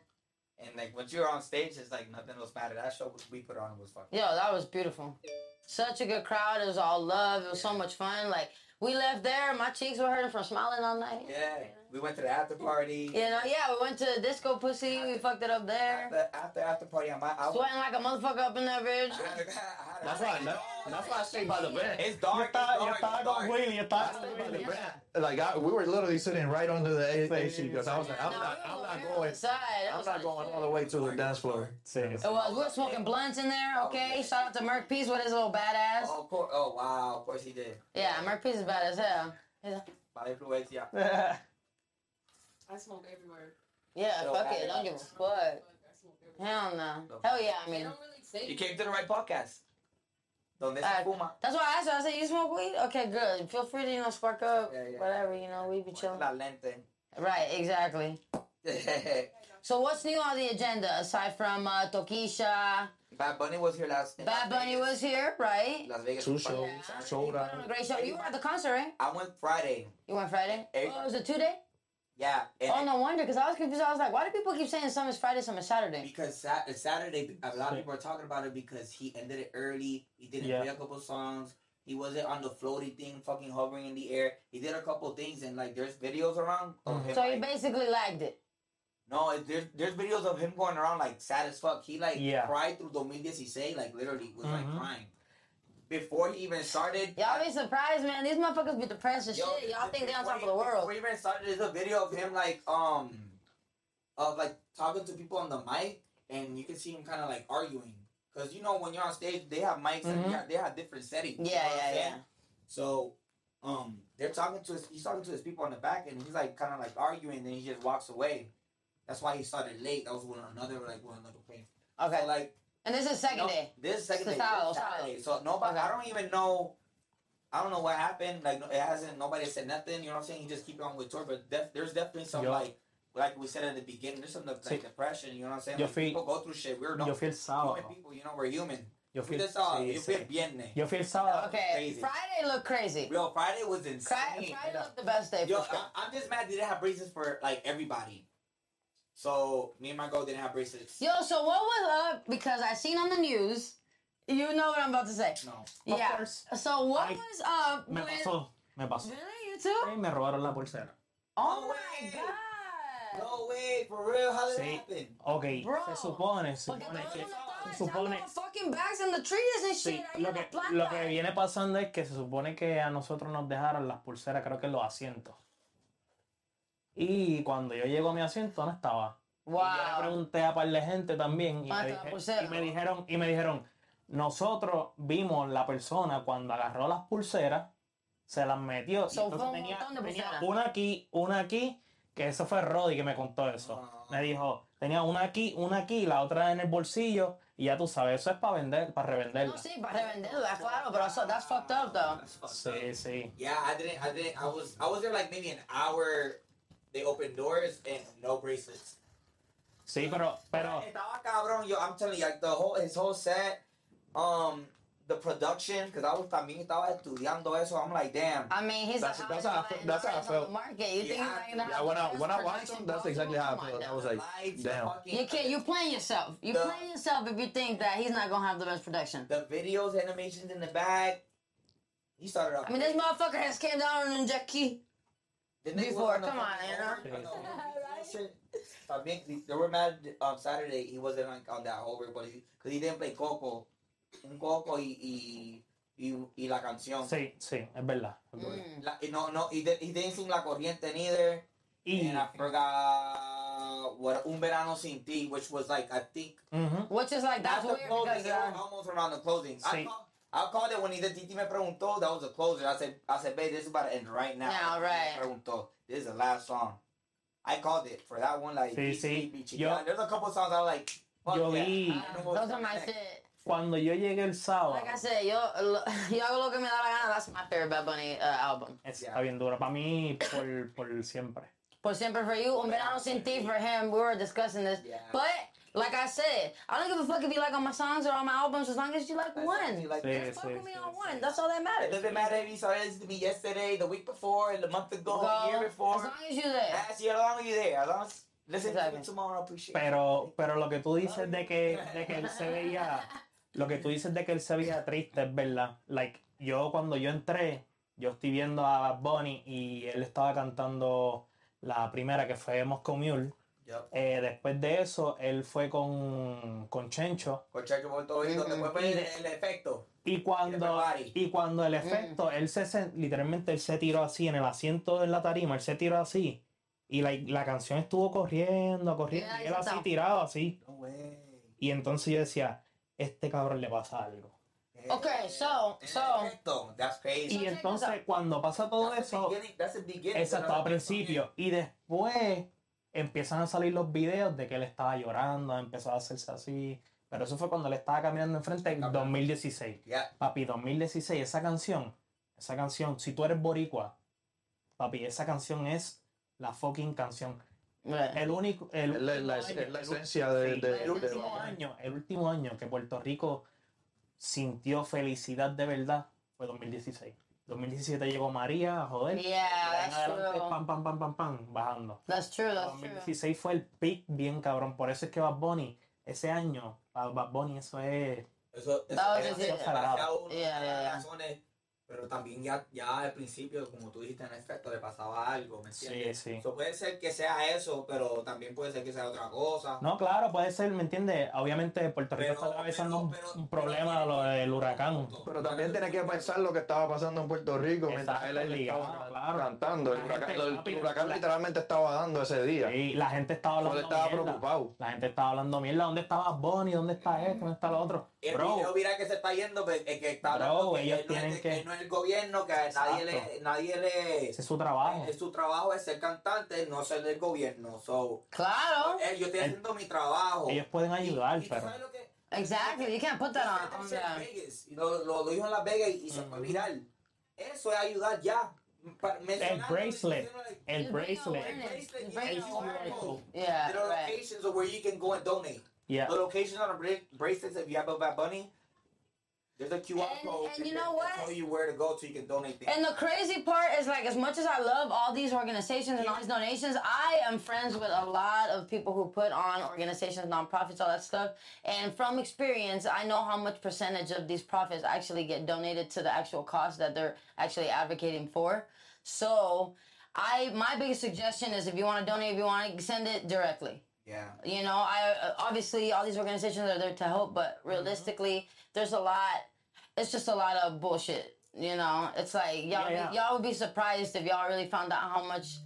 And like once you're on stage, it's like nothing else matter. That show we put on was fucking. Yo, that was beautiful. Such a good crowd. It was all love. It was so much fun. Like we left there, my cheeks were hurting from smiling all night. Yeah, we went to the after party. You know, yeah, we went to disco pussy. We fucked it up there. After after after party, I'm out. I was- Sweating like a motherfucker up in that bitch. (laughs) I had a- That's why I, that's why I stay by the vent. It's Yo dark. It's estaba, dark. yo estaba It's con dark. Willy, yo estaba I con stay by the Willy. vent. Like I, we were literally sitting right under the A- AC because I was like, I'm No, not, we I'm was on not the going, other side. It I'm was not like- going all the way to the dance floor. Sí, It was. We were smoking blunts in there. Okay. Shout out to Merc Peace with his little badass. Oh, of course. Oh wow, of course he did. Yeah, Merc Peace is bad as hell. He's- By influencia. sí. I smoke everywhere. Yeah, fuck it. Don't give a fuck. I smoke Hell no. Hell yeah, I They mean. don't really say. You came to the right podcast. Donde se Alright. fuma. That's why I asked her. I said, "You smoke weed? Okay, good. Feel free to you know spark up, Yeah, yeah. whatever. You know, we be chilling." La lente. (laughs) Right, exactly. So what's new on the agenda aside from uh, Tokisha? Bad Bunny was here last. in Bad Las Bunny Vegas. was here, right? Las Vegas. Two was fun. shows, sold Put on a out. great show. You were at the concert, right? I went Friday. You went Friday. Eh. Oh, it was a two day. Yeah. and- Oh no wonder, because I was confused. I was like, why do people keep saying some is Friday, some is Saturday? Because Sat- Saturday, a lot of people are talking about it because he ended it early. He didn't Yeah. play a couple songs. He wasn't on the floaty thing, fucking hovering in the air. He did a couple things, and like there's videos around. Of him, So like- you basically lagged it. no, it- there's there's videos of him going around like sad as fuck. He like Yeah. cried through 2016, like literally was like Mhm. crying before he even started. Y'all be surprised, man. These motherfuckers be depressed as Yo, shit. Y'all think they on before top of he- the world. Before he even started, there's a video of him like um, of like talking to people on the mic, and you can see him kind of like arguing. Cause you know when you're on stage, they have mics and Mhm. they have, they have different settings. you Yeah, know what I'm yeah, saying? yeah. So, um, they're talking to his, he's talking to his people on the back, and he's like kind of like arguing, then he just walks away. That's why he started late. That was when another like when another came. Okay. So, like And this is second no, day. This second It's day. the Sal- this Saturday. So nobody. Okay. I don't even know. I don't know what happened. Like no- it hasn't. Nobody said nothing. You know what I'm saying? You just keep on with tour. But def, there's definitely some Yo. like like we said at the beginning. There's some like Sí. depression. You know what I'm saying? Yo Like, fui- people go through shit. We're no, Yo fui el sábado. human people. You know we're human. Yo We fui, just saw. sí, you sí. feel viernes. Yo fui el sábado. Okay. crazy. Friday looked crazy. Real Friday was insane. Cri- Friday looked the best day. Yo, for sure. I, I'm just mad they didn't have braces for like everybody. So me and my girl didn't have braces. Yo, so what was up? Because I seen on the news. You know what I'm about to say. No. Of yeah. course. So what I- was up? Me with- pasó. Me pasó. Really, you too? Y me robaron la pulsera. Oh my way. god. No way, for real. How did Sí. it happen? Ok, Bro. se supone, se Porque todo supone el que... mundo estaba se supone- echando fucking bags in the trees and shit. Sí, ahí lo en que, la planta. lo que viene pasando es que se supone que a nosotros nos dejaron las pulseras, creo que en los asientos. Y cuando yo llego a mi asiento no estaba. Y yo le Wow. pregunté a par de gente también y, Ah, me, estaba dije- pulsera. y me dijeron, y me dijeron, nosotros vimos la persona cuando agarró las pulseras, se las metió. y So, fue entonces un tenía, montón de tenía pulseras. una aquí, una aquí, que eso fue Roddy que me contó eso. Ah. Me dijo, tenía una aquí, una aquí, y la otra en el bolsillo, y ya tú sabes, eso es para vender, para revenderla. No, sí, para revenderla, claro, pero eso, that's fucked up, though. That's fucked up. Sí, sí. Yeah, I didn't. I didn't. I was. I was there like maybe an hour. They opened doors and no bracelets. Sí, pero, pero, Estaba cabrón, yo. I'm telling you, like the whole his whole set, um, the production. Cause I was también estaba estudiando eso. I'm like, damn. I mean, he's That's- the that's hottest how I guy feel- in that's how I Lawrence felt. on the market. You think Yeah, he's not gonna Yeah, have when the I best when I watched production them, that's possible? exactly how I Come on felt. I now. was like, Lights, the damn. fucking- You can't. You playing yourself. You The- playing yourself if you think that he's not gonna have the best production. The videos, animations in the back. He started I off. mean, this motherfucker has came down and inject key. The nigga was before, the come on, fucking you know? board, (laughs) Yeah. I know. También, they were mad on um, Saturday. He wasn't like on that over, but he, cause he didn't play Coco, un Coco y y y, y la canción. sí, sí, es verdad. es verdad. Mm. La, no, no, he, did, he didn't sing La Corriente neither. Y, And I forgot what Un Verano Sin Ti, which was like, I think, ujú, Which is like that's not weird the closing, because it was uh, almost around the closing. I, Sí. call, I called it when he did Titi me preguntó, that was the closer. I said, I said, babe, this is about to end right now. Now, Titi right. Me preguntó. This is the last song. I called it for that one, like, Sí, Titi, sí. Bichi. Yo- There's a couple songs I was like, fuck Yo yeah. vi- I don't know those are my what's shit. cuando yo llegué el sábado, Like I said, uh, yo, (laughs) lo- yo hago lo que me da la gana. That's my favorite Bad Bunny uh, album. está bien dura, para mí, por, por siempre. Por siempre for you, un verano sin ti for him. We were discussing this, Yeah. but like I said, I don't give a fuck if you like all my songs or all my albums as long as you like That's one. something like Sí, that. fuck sí, with me sí, on sí. one. That's all that It matters. doesn't matter if you saw this to me yesterday, the week before, and the month ago, Go, the year before. Ah, As long as you're there. As you're long as you're there, as long as listen to Exactly. it tomorrow, I appreciate it. Pero, pero lo que tú dices de que, de que él se veía, lo que tú dices de que él se veía triste, es verdad. Like, yo cuando yo entré, yo estoy viendo a Bad Bunny y él estaba cantando la primera que fue Moscow Mule. Yup. Eh, después de eso, él fue con, con Chencho. Con Chacho por todo esto, después fue (laughs) el, el efecto. Y cuando, Everybody. y cuando el efecto, él se, sen- literalmente él se tiró así en el asiento de la tarima, él se tiró así. Y la, la canción estuvo corriendo, corriendo, Yeah, y él así exacto. tirado así. No way. Y entonces yo decía, este cabrón le pasa algo. Okay, so- El so- efecto, Eh, that's crazy. Y check entonces this cuando pasa todo That's the eso, beginning- that's the beginning, exacto, pero- al principio. Y después empiezan a salir los videos de que él estaba llorando, empezó a hacerse así. Pero eso fue cuando él estaba caminando enfrente en 2016. Ya. Papi, 2016, esa canción, esa canción, si tú eres boricua, papi, esa canción es la fucking canción. El único, el Es la- la- último año- es la el esencia de- sí, de- el de- último año, el último año que Puerto Rico sintió felicidad de verdad fue 2016. 2017 llegó María a joder. Yeah, y de ahí en that's adelante, true. pam, pam, pam, pam, pam, bajando. That's true, Oh, that's true. 2016 fue el pick bien cabrón. Por eso es que Bad Bunny, ese año, para Bad Bunny, eso es. Eso, eso, No, era sí, sí. demasiado una de Ya, ya, ya. las razones, pero también ya, ya al principio, como tú dijiste en efecto, le pasaba algo, ¿me entiendes? Sí, sí. So, puede ser que sea eso, pero también puede ser que sea otra cosa. No, claro, puede ser, ¿me entiendes? Obviamente, Puerto Rico Pero- está atravesando pero- un, pero- un problema, pero- lo del huracán. Pero también tienes que pensar lo que estaba pasando en Puerto Rico mientras Exacto, él, él obligado, estaba claro. cantando. El La huracán, gente- el papi, huracán la- literalmente estaba dando ese día. Y la gente estaba Solo hablando. estaba mierda. preocupado. La gente estaba hablando mierda. ¿Dónde estaba Bonnie? ¿Dónde está esto? ¿Dónde está lo otro? El Bro, video viral que se está yendo, pues, es que está Bro, hablando que ellos él no es- tienen que- él no es el gobierno, que a nadie le, nadie le ese es su trabajo. es su trabajo es ser cantante, no ser del gobierno. So, Claro. eh, yo estoy El- haciendo mi trabajo. Ellos pueden Y- ayudar, y tú pero. sabes lo que- Exactly. You can't put that on, on Eso en them. Vegas, y Lo, lo dijo en Las Vegas y, y se fue viral. Eso es ayudar ya. Pa- El mencionando- bracelet. El Just bring bracelet. awareness. bracelet Just bring is awareness. wonderful. Yeah, There are right. locations where you can go and donate. Yeah. The locations on the bra- bracelets, if you have a Bad Bunny, there's a QR And- code. and you that- know that what? Tell you where to go to. You can donate things. And the crazy part is like, as much as I love all these organizations and all these donations, I am friends with a lot of people who put on organizations, nonprofits, all that stuff. And from experience, I know how much percentage of these profits actually get donated to the actual cause that they're actually advocating for. So, I my biggest suggestion is if you want to donate, if you want to send it directly. yeah. You know, I uh, obviously all these organizations are there to help, but Mm-hmm. realistically, there's a lot. It's just a lot of bullshit. You know, it's like y'all Yeah, yeah. y'all would be surprised if y'all really found out how much.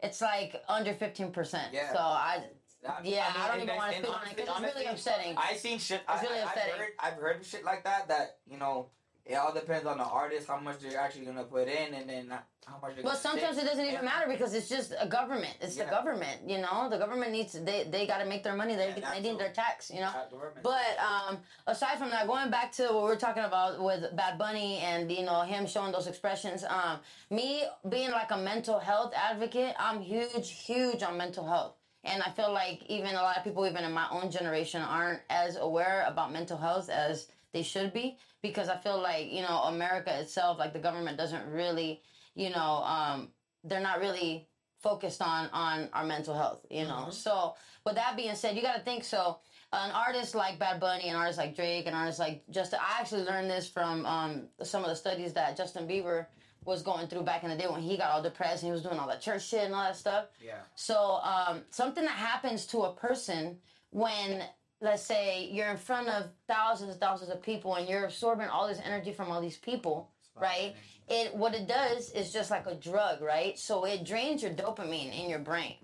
It's like under fifteen percent. Yeah. So I. That- Yeah, I, mean, don't even and- want to and speak on it honestly- because it's really honestly, upsetting. I've seen shit. I, It's really I- I've upsetting. heard, I've heard shit like that. That you know, it all depends on the artist how much they're actually gonna put in, and then how much. they're Well, gonna sometimes take. it doesn't even And- matter because it's just a government. It's the Yeah. government, you know. The government needs they they got to make their money. They Yeah, they need their absolutely. tax, you know. Yeah, government. But um, aside from that, going back to what we are talking about with Bad Bunny and you know him showing those expressions, um, me being like a mental health advocate, I'm huge, huge on mental health. And I feel like even a lot of people, even in my own generation, aren't as aware about mental health as they should be because I feel like you know America itself, like the government doesn't really, you know, um, they're not really focused on on our mental health, you know. So with that being said, you got to think so. An artist like Bad Bunny, an artist like Drake, an artist like Justin. I actually learned this from um, some of the studies that Justin Bieber was going through back in the day when he got all depressed and he was doing all that church shit and all that stuff. Yeah. So um, something that happens to a person when, let's say, you're in front of thousands and thousands of people and you're absorbing all this energy from all these people, right? It what it does is just like a drug, right? So it drains your dopamine in your brain.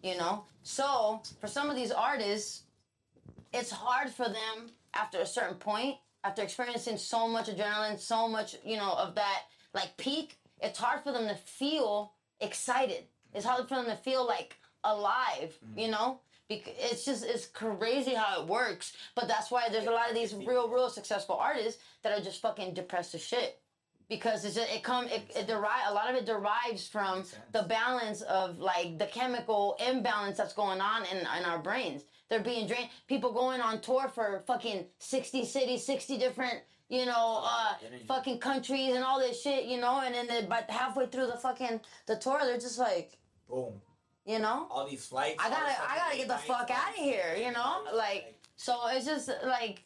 You know? So for some of these artists, it's hard for them after a certain point, after experiencing so much adrenaline, so much, you know, of that like peak, it's hard for them to feel excited. It's hard for them to feel like alive, you know? Because it's just it's crazy how it works, but that's why there's a lot of these real, real successful artists that are just fucking depressed as shit because it's just, it come it, it derive a lot of it derives from the balance of like the chemical imbalance that's going on in, in our brains they're being drained people going on tour for fucking 60 cities 60 different you know uh fucking countries and all this shit you know and then they, but halfway through the fucking the tour they're just like Boom. you know All these flights. I all gotta, this fucking I gotta get the flights, fuck all out of this here, shit, you know. Like, so it's just like,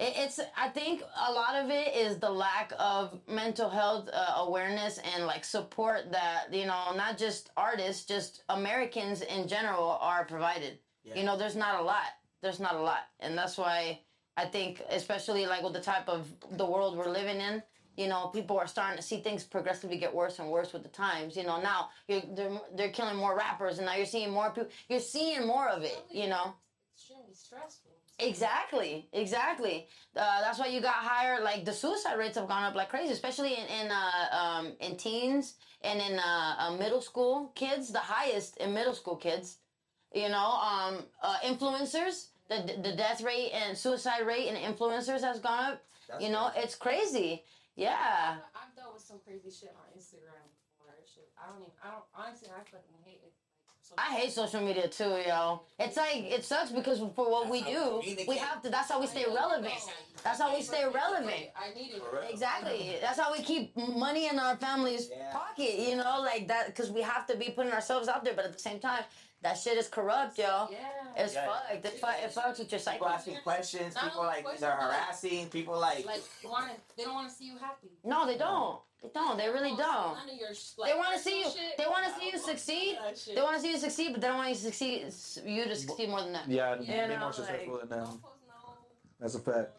it, it's. I think a lot of it is the lack of mental health uh, awareness and like support that you know, not just artists, just Americans in general are provided. You know, there's not a lot. There's not a lot, and that's why I think, especially like with the type of the world we're living in, you know, people are starting to see things progressively get worse and worse with the times. You know, now you're, they're they're killing more rappers, and now you're seeing more people. You're seeing more of it. You know, Extremely stressful. Exactly, exactly. Uh, that's why you got higher. Like the suicide rates have gone up like crazy, especially in in, uh, um, in teens and in uh, uh, middle school kids. The highest in middle school kids. You know, um, uh, influencers. The the death rate and suicide rate in influencers has gone up. you know, it's crazy. Yeah. I've dealt with some crazy shit on Instagram before. Shit. I don't even. I don't. Honestly, I fucking hate it. So I hate social media too, yo. It's like it sucks because for what we That's how do, we we communicate. have to. That's how we stay relevant. That's how we stay relevant. I need it. Correct. Exactly. That's how we keep money in our family's Yeah. pocket, you know, like that, because we have to be putting ourselves out there. But at the same time, that shit is corrupt, yo. Yeah. It's Yeah. fucked. It, fu- it fucks with your psyche. People asking questions. Not People only like questions, they're but, like- harassing. People like Like, want they don't want to see you happy. No, they don't. They don't. They really don't. None of your sh- They like, want to see you. shit. They want I to see you don't wanna succeed. that shit. They want to see you succeed, but they don't want you to succeed. You to succeed more than that. Yeah, and Yeah, be no, more like- successful than them. Don't post no- That's a fact.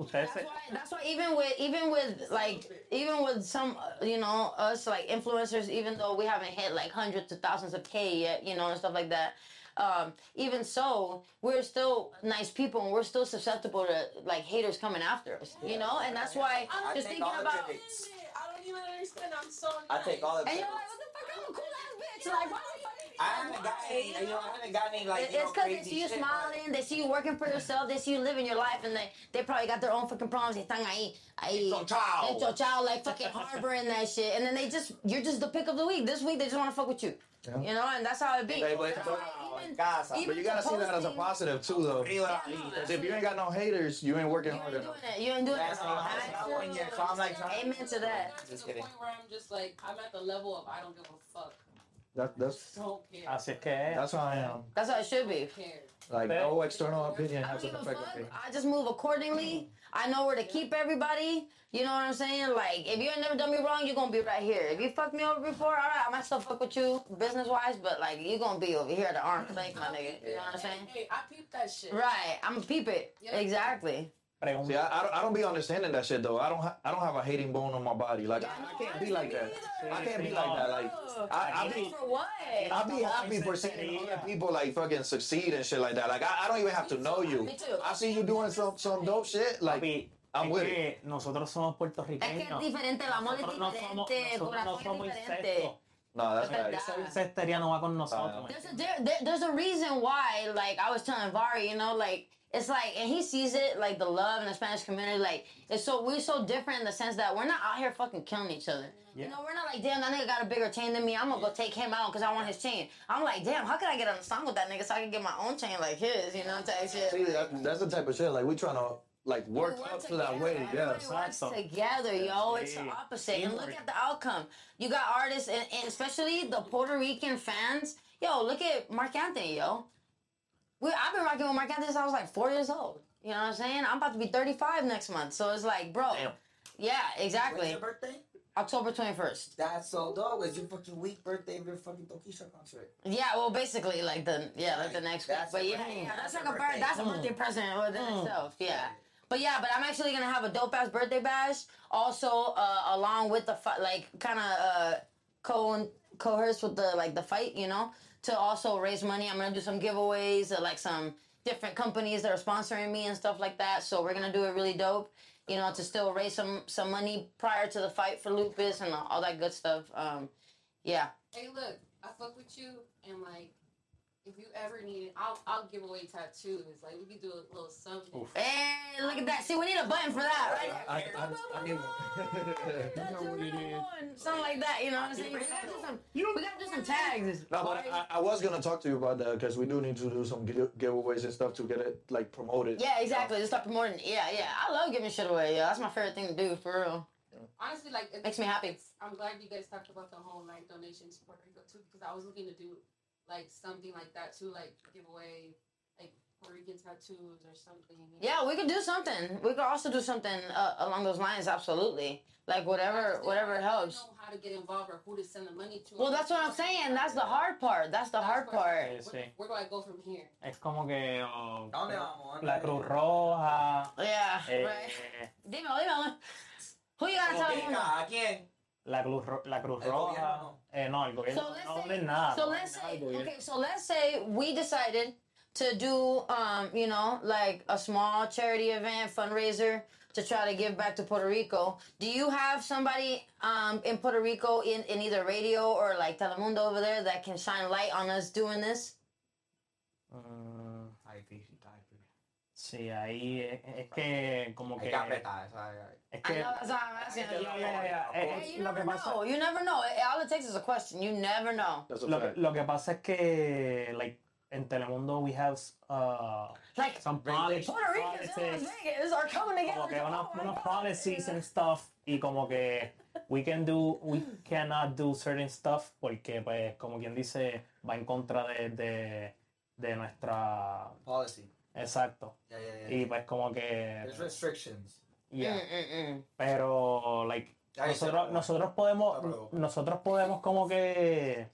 Ustedes That's why, that's why even with even with like even with some uh, you know us like influencers even though we haven't hit like hundreds to thousands of k yet you know and stuff like that um even so we're still nice people and we're still susceptible to like haters coming after us you know and that's why I just take thinking all the about critics. I don't even understand. I'm so. I take all the. and you're like what the fuck I'm a cool ass bitch like why the fuck I haven't got any. You know, I haven't got any like. you know, it's because they crazy see you shit, but- smiling, they see you working for yourself, they see you living your life, and they, they probably got their own fucking problems. Están ahí, ahí. It's on trial. It's on trial, like fucking harboring that shit. And then they just, you're just the pick of the week. This week, they just want to fuck with you. You know, and that's how it be. They- but- That's but- why even- Casa. even But you gotta see that as a posting- positive too, though. Frío la Yeah, no, vida. Because if you ain't got no haters, you ain't working You hard ain't enough. doing it. You ain't doing That's all I it. have. that one yet, so I'm like, Amen to that. To Just the kidding. point where I'm just like, I'm at the level of I don't give a fuck. That, that's Don't care. Así es que that's how I am. That's how it should be. Don't care. Like no external opinion I don't has give an a effect fuck. on me. I just move accordingly. I know where to keep everybody. You know what I'm saying? Like, if you ain't never done me wrong, you're gonna be right here. If you fucked me over before, all right, I might still fuck with you business wise, but like, you're gonna be over here at the arm length, my nigga. You know what I'm saying? Hey, I peeped that shit. Right. I'm gonna peep it. Yeah. Exactly. pregunta. See, I, I, don't, I don't be understanding that shit though. I don't ha- I don't have a hating bone on my body. Like I, I can't be like that. I can't be like that. Like I, I Like, be for what? I be happy for seeing other people like fucking succeed and shit like that. Like I, I don't even have to know you. Me too. I see you doing some some dope shit. Like Papi, I'm es with que nosotros somos Es que es puertorriqueños. diferente, el amor es Nosotros no somos, diferente, el nosotros no corazón somos es diferente. insectos. no, that's Es verdad. Ah. facts. El cesteriano va Ah. con nosotros. There's a there, there- there's a reason why, like I was telling Vari, you know, like it's like, and he sees it, like the love in the Spanish community, like it's so we're so different in the sense that we're not out here fucking killing each other. You know, we're not like, damn, that nigga got a bigger chain than me. I'm gonna go take him out because I want his chain. I'm like, damn, how can I get on the song with that nigga so I can get my own chain like his? You know, type shit. See, that, that's the type of shit. Like we trying to like work Work up to that together. way. Yeah. Everybody works Exacto. together, yo. It's the Sí. opposite. And look Teamwork. at the outcome. You got artists, and, and especially the Puerto Rican fans. Yo, look at Mark Anthony, yo. We, I've been rocking with Mark Anthony since I was like four years old. You know what I'm saying? I'm about to be 35 next month. So it's like, bro. Damn. Yeah, When's exactly. your birthday? October 21st. That's so dope. It's your fucking week birthday of your fucking Tokisha concert. Yeah, well, basically, like the yeah, like the next week. That's But a yeah, birthday. yeah, that's, like That's a a birthday. birthday. That's a birthday present within itself. Yeah. But yeah, but I'm actually gonna have a dope ass birthday bash. Also, uh, along with the fi- like kind of uh, co coerce with the like the fight, you know, to also raise money. I'm gonna do some giveaways, uh, like some different companies that are sponsoring me and stuff like that. So we're gonna do it really dope, you know, to still raise some some money prior to the fight for lupus and all that good stuff. Um, yeah. Hey, look, I fuck with you, and like, if you ever need it, I'll I'll give away tattoos. Like, we could do a little something. Hey, look at that. See, we need a button for that, right? I, I, I need one. (laughs) That's your number one. Something like that, you know what I'm saying? We gotta do some, we gotta do some tags. No, but I, I was gonna talk to you about that because we do need to do some gi- giveaways and stuff to get it like promoted. Yeah, exactly. Just stop promoting. Yeah, yeah. I love giving shit away, yo. That's my favorite thing to do, for real. Honestly, like, it Makes me happy. I'm glad you guys talked about the whole like donations to Puerto Rico too, because I was looking to do like something like that too, like give away like Puerto Rican tattoos or something. you know? Yeah, we could do something. We could also do something uh, along those lines, absolutely. Like, I whatever just didn't- whatever I didn't helps. Know how to get involved or who to send the money to. Well, that's what I'm saying. That's the hard part. That's the hard part. Sí, sí. Where, where do I go from here? Es como que oh, ¿Dónde vamos? la Cruz Roja, Yeah, eh, right. (laughs) Dime, dime. Who you gotta tell? Mundo? ¿A quién? la Cruz, Ro- la Cruz El Roja. gobierno. Eh, no, el gobierno So let's no say, de nada. So let's nada say, del gobierno. okay, so let's say we decided to do, um, you know, like a small charity event, fundraiser to try to give back to Puerto Rico. Do you have somebody um, in Puerto Rico in, in either radio or like Telemundo over there that can shine light on us doing this? Mm, Ay, pinche typer. sí, ahí eh, es que como Hay que... que apretar. eso, ay, ay. Es I que... know that's not I'm asking. Ya, ya, ya, ya, eh, Hey, eh, you lo que never pasa... know. You never know. All it takes is a question. You never know. That's a Lo, fact. que- lo que pasa es que, like, en Telemundo we have uh, Like some policies. Puerto Ricans and Las Vegas are coming como together. (laughs) que unos, Oh my unos God. policies and stuff y como que we can do we cannot do certain stuff porque pues como quien dice va en contra de, de, de nuestra Policy. exacto Yeah, yeah, yeah. y pues como que There's restrictions. Mm, yeah. Eh. Mm-mm-mm. pero like Ahí está, nosotros bueno. nosotros Está podemos bravo. nosotros podemos como que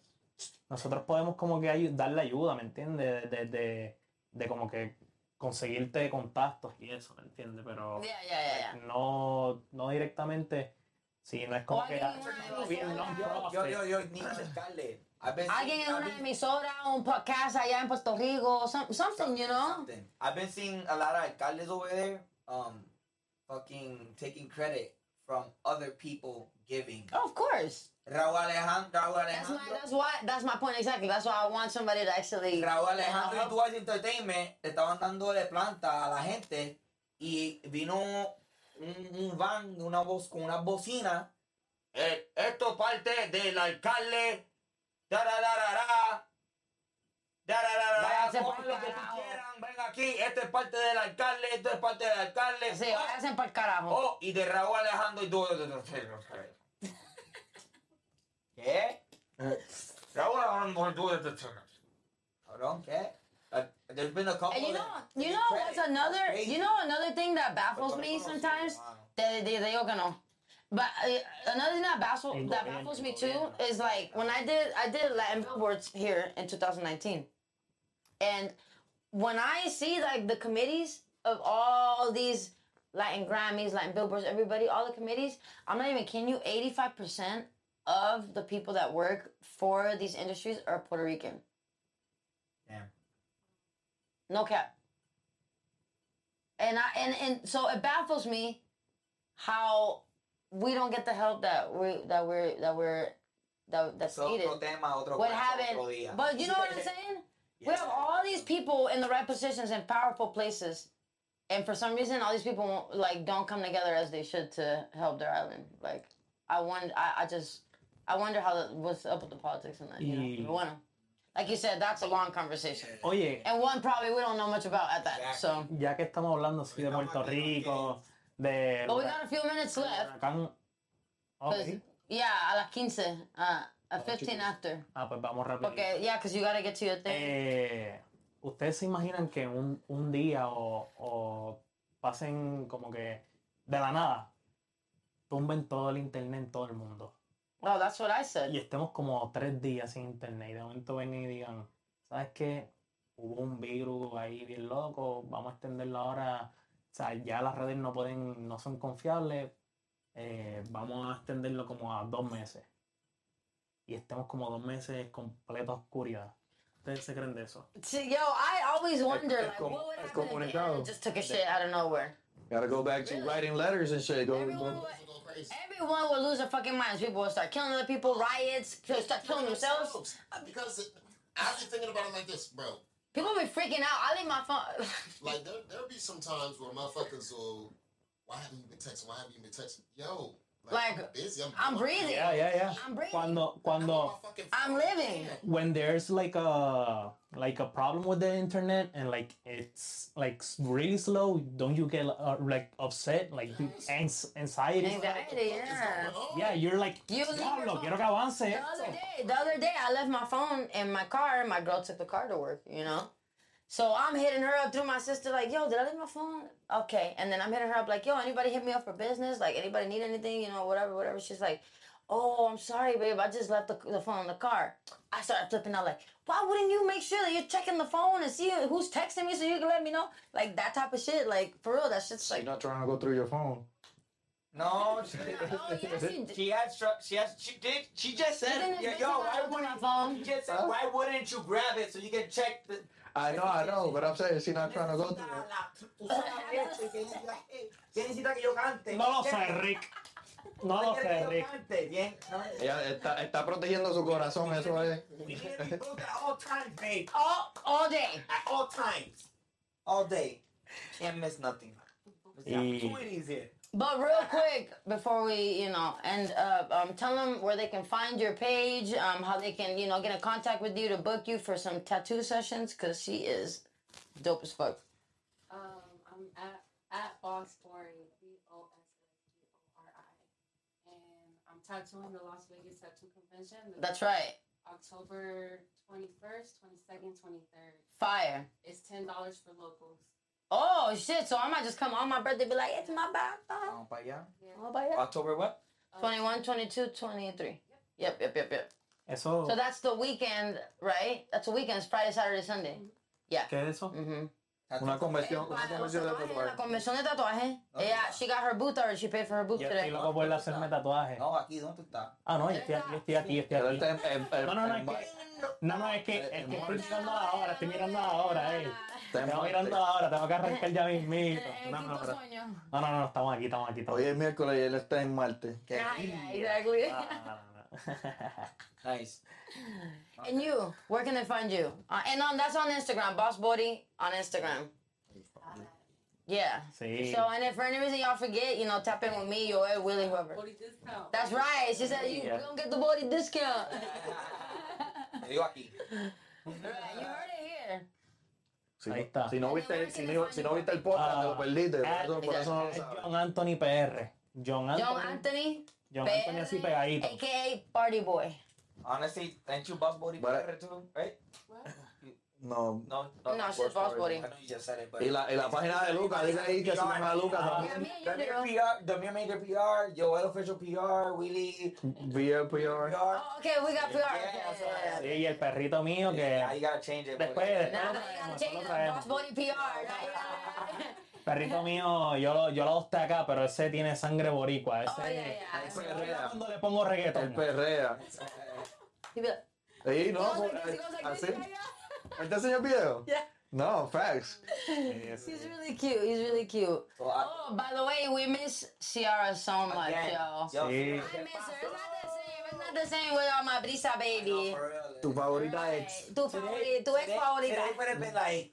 nosotros podemos como que ayu- darle ayuda me entiendes de, de, de como que conseguirte contactos y eso me entiendes pero Yeah, yeah, yeah, yeah. no, no directamente, si no es como O que alguien en una bien emisora. non-profit. Yo, yo, yo, ni alcalde. I've been Alguien en I've una been- emisora, un podcast allá en Puerto Rico, some, something, you know? Something. I've been seeing a lot of alcaldes over there, um, fucking taking credit from other people giving. of course. Raúl Alejandro, Raúl That's my Alejandro. that's why that's my point exactly. That's why I want somebody to actually Raúl Alejandro y Duarte Entertainment le estaban dando de planta a la gente y vino un, un van de una voz con una bocina. Eh, esto parte del alcalde. Darararara. Darararara. Váyanse Cojan pa'l lo que tú carajo. quieran, ven aquí. Esto es parte del alcalde, esto es parte del alcalde. Sí, hacen para el carajo. Oh, y de Raúl Alejandro y Duarte Entertainment. (laughs) ¿Qué? Eh. Raúl Alejandro y Duarte Entertainment. Cabrón, ¿qué? Uh, there's been a couple And you know, that- you Credit. know what's another, Crazy. you know another thing that baffles Puerto me Rico no sirve, sometimes. mano. They they they all gonna. But uh, another thing that baffles El that gobierno, baffles el me too gobierno. is like when I did I did Latin billboards here in 2019, and when I see like the committees of all these Latin Grammys, Latin billboards, everybody, all the committees, I'm not even kidding you. 85 percent of the people that work for these industries are Puerto Rican. Damn. No cap. And I and, and so it baffles me how we don't get the help that we that we're that we're that that's So, needed. otro tema, otro What cuento, otro happened? día. But you know what I'm saying? We have Yeah. all these people in the right positions and powerful places, and for some reason, all these people won't, like don't come together as they should to help their island. Like I wonder, I, I just I wonder how the, what's up with the politics and that. You know, Yeah. We wanna- like you said, that's a long conversation, Oye, and one probably we don't know much about at that. So, ya que estamos hablando así de Puerto Rico, de but we got a few minutes left. huracán. Ok. 'cause- Yeah, a las 15, uh, at 15 after. Ah, pues vamos rápido. Okay, yeah, because you gotta get to your thing. Eh, ¿Ustedes se imaginan que un, un día o, o pasen como que de la nada, tumben todo el internet en todo el mundo? Oh, that's what I said. y estemos como tres días sin internet y de momento vengan y digan, ¿sabes qué? Hubo un virus ahí bien loco, vamos a extenderlo ahora, o sea, ya las redes no pueden, no son confiables, eh, vamos a extenderlo como a dos meses. Y estemos como dos meses en completa oscuridad. ¿Ustedes se creen de eso? See, yo, I always wonder, el like, com- what would el happen if the comunicado. internet just took a shit out of nowhere? Gotta go back to Really? writing letters and shit. Go, Everyone go- would, Go crazy. everyone would lose their fucking minds. People would start killing other people, riots, people start killing themselves. Because I've been thinking about it like this, bro. People be freaking out. I leave my phone. (laughs) Like there, there'll be some times where motherfuckers will. Why haven't you been texting? Why haven't you been texting? Yo, Like, busy. I'm, I'm breathing. Ya, ya, ya. I'm breathing. Cuando, I'm, cuando, on my fucking I'm phone. living. Damn. when there's like a like a problem with the internet and like it's like s- really slow don't you get uh, like upset like you- ans- anxiety Anxiety, yeah. yeah you're like You leave your diablo phone. quiero que avance The esto." other day, the other day, I left my phone in my car, and my girl took the car to work. You know, so I'm hitting her up through my sister, like, "Yo, did I leave my phone?" Okay, and then I'm hitting her up, like, "Yo, anybody hit me up for business? Like, anybody need anything? You know, whatever, whatever." She's like, "Oh, I'm sorry, babe. I just left the, the phone in the car." I started flipping out, like, "Why wouldn't you make sure that you're checking the phone and see who's texting me so you can let me know?" Like that type of shit. Like for real, that shit's You're like. not trying to go through your phone. No, (laughs) Oh, yeah, she, she, she had, str- she had, she did, she just Isn't said, it yo, missing yo out why on my wouldn't, phone? she just said, why wouldn't you grab it so you can check the, I know, I know, but I'm saying she's not trying to go through it. eh. eh, ¿Quién necesita que yo cante? No lo sé, Rick. No ¿Quién lo quiere sé, que yo Rick. cante? Bien. No, Ella está, está protegiendo su corazón, eso es. we need to be both at all times, babe. All, all day. At all times. All day. Can't miss nothing. e There's Y- E opportunities here. But real quick, before we, you know, and uh, um, tell them where they can find your page, um, how they can, you know, get in contact with you to book you for some tattoo sessions, because she is dope as fuck. Um, I'm at, at Boss Story, B O S S G O R I. And I'm tattooing the Las Vegas Tattoo Convention. the That's right. October 21st, 22nd, 23rd. Fire. It's $10 for locals. Oh, shit. So I might just come on my birthday be like, it's my birthday. Vamos para allá. Yeah. All about ya. October what? Uh, 21, 22, 23. Yep, yep, yep, yep. Eso, So that's the weekend, right? That's the weekend. It's Friday, Saturday, Sunday. ¿qué es eso? Mm-hmm. Una conversión, una conversión de La tatuaje. convención de tatuaje. Okay. Ella- she got her booth already. She paid for her booth Yo today. estoy loco por hacerme tatuaje. No, aquí, ¿dónde tú estás? Ah, no, yo estoy, yo estoy aquí, yo estoy Pero aquí. él está en- en- en- No, no, no, es en- que, no, no, es que, es que estoy mirando ahora, estoy mirando ahora, eh. está en- Estamos mirando ahora, tengo que arrancar ya mismito. Eh, No, no, no, sueño. no, no, no, estamos aquí, estamos aquí. Estamos Hoy aquí. es miércoles y él está en Marte. exactly. Ah, no, no, no. Nice. And you, where can they find you? Uh, and on that's on Instagram, Boss Body on Instagram. Yeah. Sí. So and if for any reason y'all forget, you know, tap in with me or Willie, whoever. Forty discount. That's right. She said you (laughs) (laughs) Yeah. don't get the body discount. Te digo aquí. Right, you heard it here. Si, Ahí no- está. Si no viste, si no, si no viste el podcast, Ah. te lo perdiste. Por eso, por eso no lo Es sabes. John Anthony PR. John John Anthony. Anthony, John Anthony así pegadito. aka Party Boy. Honestly, thank you, Boss Body, But- PR too, right? No. No, no. No, she's Boss I Body. know you just said it, but. Y la, y la página de Lucas, dice ahí que si no es a Lucas, Ah. también. me and you The do. Mere PR, the Mere Major PR, Joel Official PR, Willie PR. VLPR. Oh, okay, we got PR. Okay, Yeah, okay, okay. Sí, y el perrito mío Yeah, you que. gotta change it. but- Después, después Now that you lo gotta traemos, change después the lo Boss traemos. Body PR. Now you gotta- Perrito mío, yo lo, yo lo adopté acá, pero ese tiene sangre boricua. Ese, Oh, yeah, yeah. Él Oh. perrea. cuando le pongo Él reggaetón. perrea. He'd be like, Sí, no, pues, eh, goes like this, he goes like así. this, yeah, yeah. ¿Él te enseñó el video? Yeah. No, facts. He's really cute. He's really cute. So I- Oh, by the way, we miss Ciara so much, Again, y'all. yo, Sí. I miss her. It's not the same. It's not the same without my brisa baby. eh. Tu favorita Right. ex. Tu favorita, tu ex Today favorita. would have been like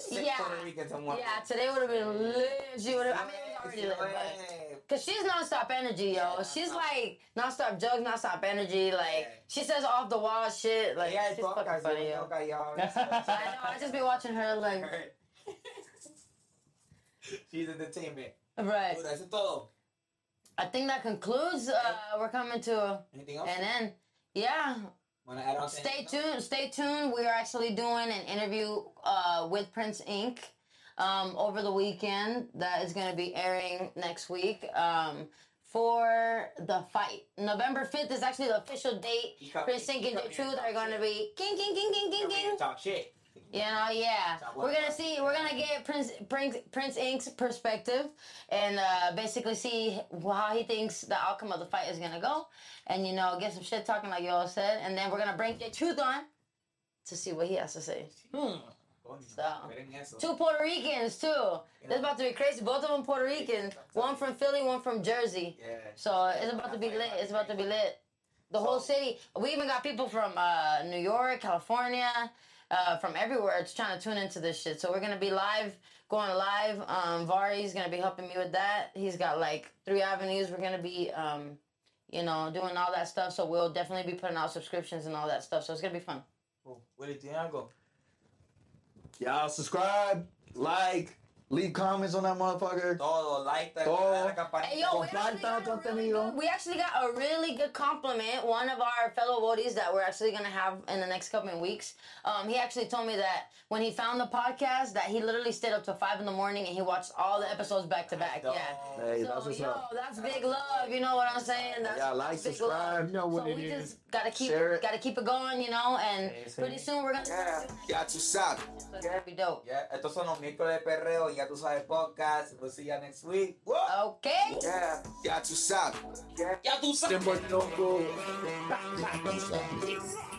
six Yeah. Puerto Ricans in one. Yeah, today would have been lit. She would have. I mean, it was already lit, but- Cause she's nonstop energy, yo. Yeah, She's nonstop. like nonstop jokes, nonstop energy. Like Yeah. she says off the wall shit. Like yeah, she's fucking funny, yo. Toca, y'all. I know. I just be watching her like (laughs) She's entertainment. right. Dude, that's it all. I think that concludes. Uh, we're coming to Anything an else? end. Yeah, Want to add on? to stay anything else? tuned. Stay tuned. We are actually doing an interview uh, with Prince Inc. Um, over the weekend that is going to be airing next week um, for the fight. November fifth is actually the official date. He come- Prince Inc. he and come J here and Truth talk are going to shit. be king, king, king, king, king, Come here king. and Talk shit. You know, yeah. Talk We're gonna about- see. We're gonna get Prince Prince Prince Inc's perspective, and uh, basically see how he thinks the outcome of the fight is gonna go, and you know, get some shit talking like you all said, and then we're gonna bring the truth on to see what he has to say. Hmm. So. Miren eso. Two Puerto Ricans too. It's about to be crazy. Both of them Puerto Rican. One from Philly, one from Jersey. Yeah. So it's about to be lit. It's about to be lit. The whole city. We even got people from uh, New York, California, uh, from everywhere. It's trying to tune into this shit. So we're gonna be live, going live. Um, Vari's gonna be helping me with that. He's got like three avenues. We're gonna be, um, you know, doing all that stuff. So we'll definitely be putting out subscriptions and all that stuff. So it's gonna be fun. Cool. Willie, ¿tienes algo? Y'all subscribe, like, leave comments on that motherfucker. Todo, like, that, Todo. la campanita. Hey, yo, we Compartan actually, got a really contenido. good, we actually got a really good compliment. One of our fellow voties that we're actually gonna have in the next couple of weeks. Um, he actually told me that when he found the podcast, that he literally stayed up till five in the morning and he watched all the episodes back to back. Todo. Yeah. Hey, that's So what's yo, up. that's big love. You know what I'm saying? That's Y'all like, that's big subscribe. love. You know So we just gotta keep Share it. gotta keep it going, you know. And Sí, sí. pretty soon we're gonna Yeah. Ya tú sabes. so it's gonna be dope. Yeah, estos son los miércoles de perreo. Ya tú sabes, podcast. We'll see you next week. Woo! Okay. Yeah. Ya tú sabes. Ya tú sabes. Tempo loco. Peace out.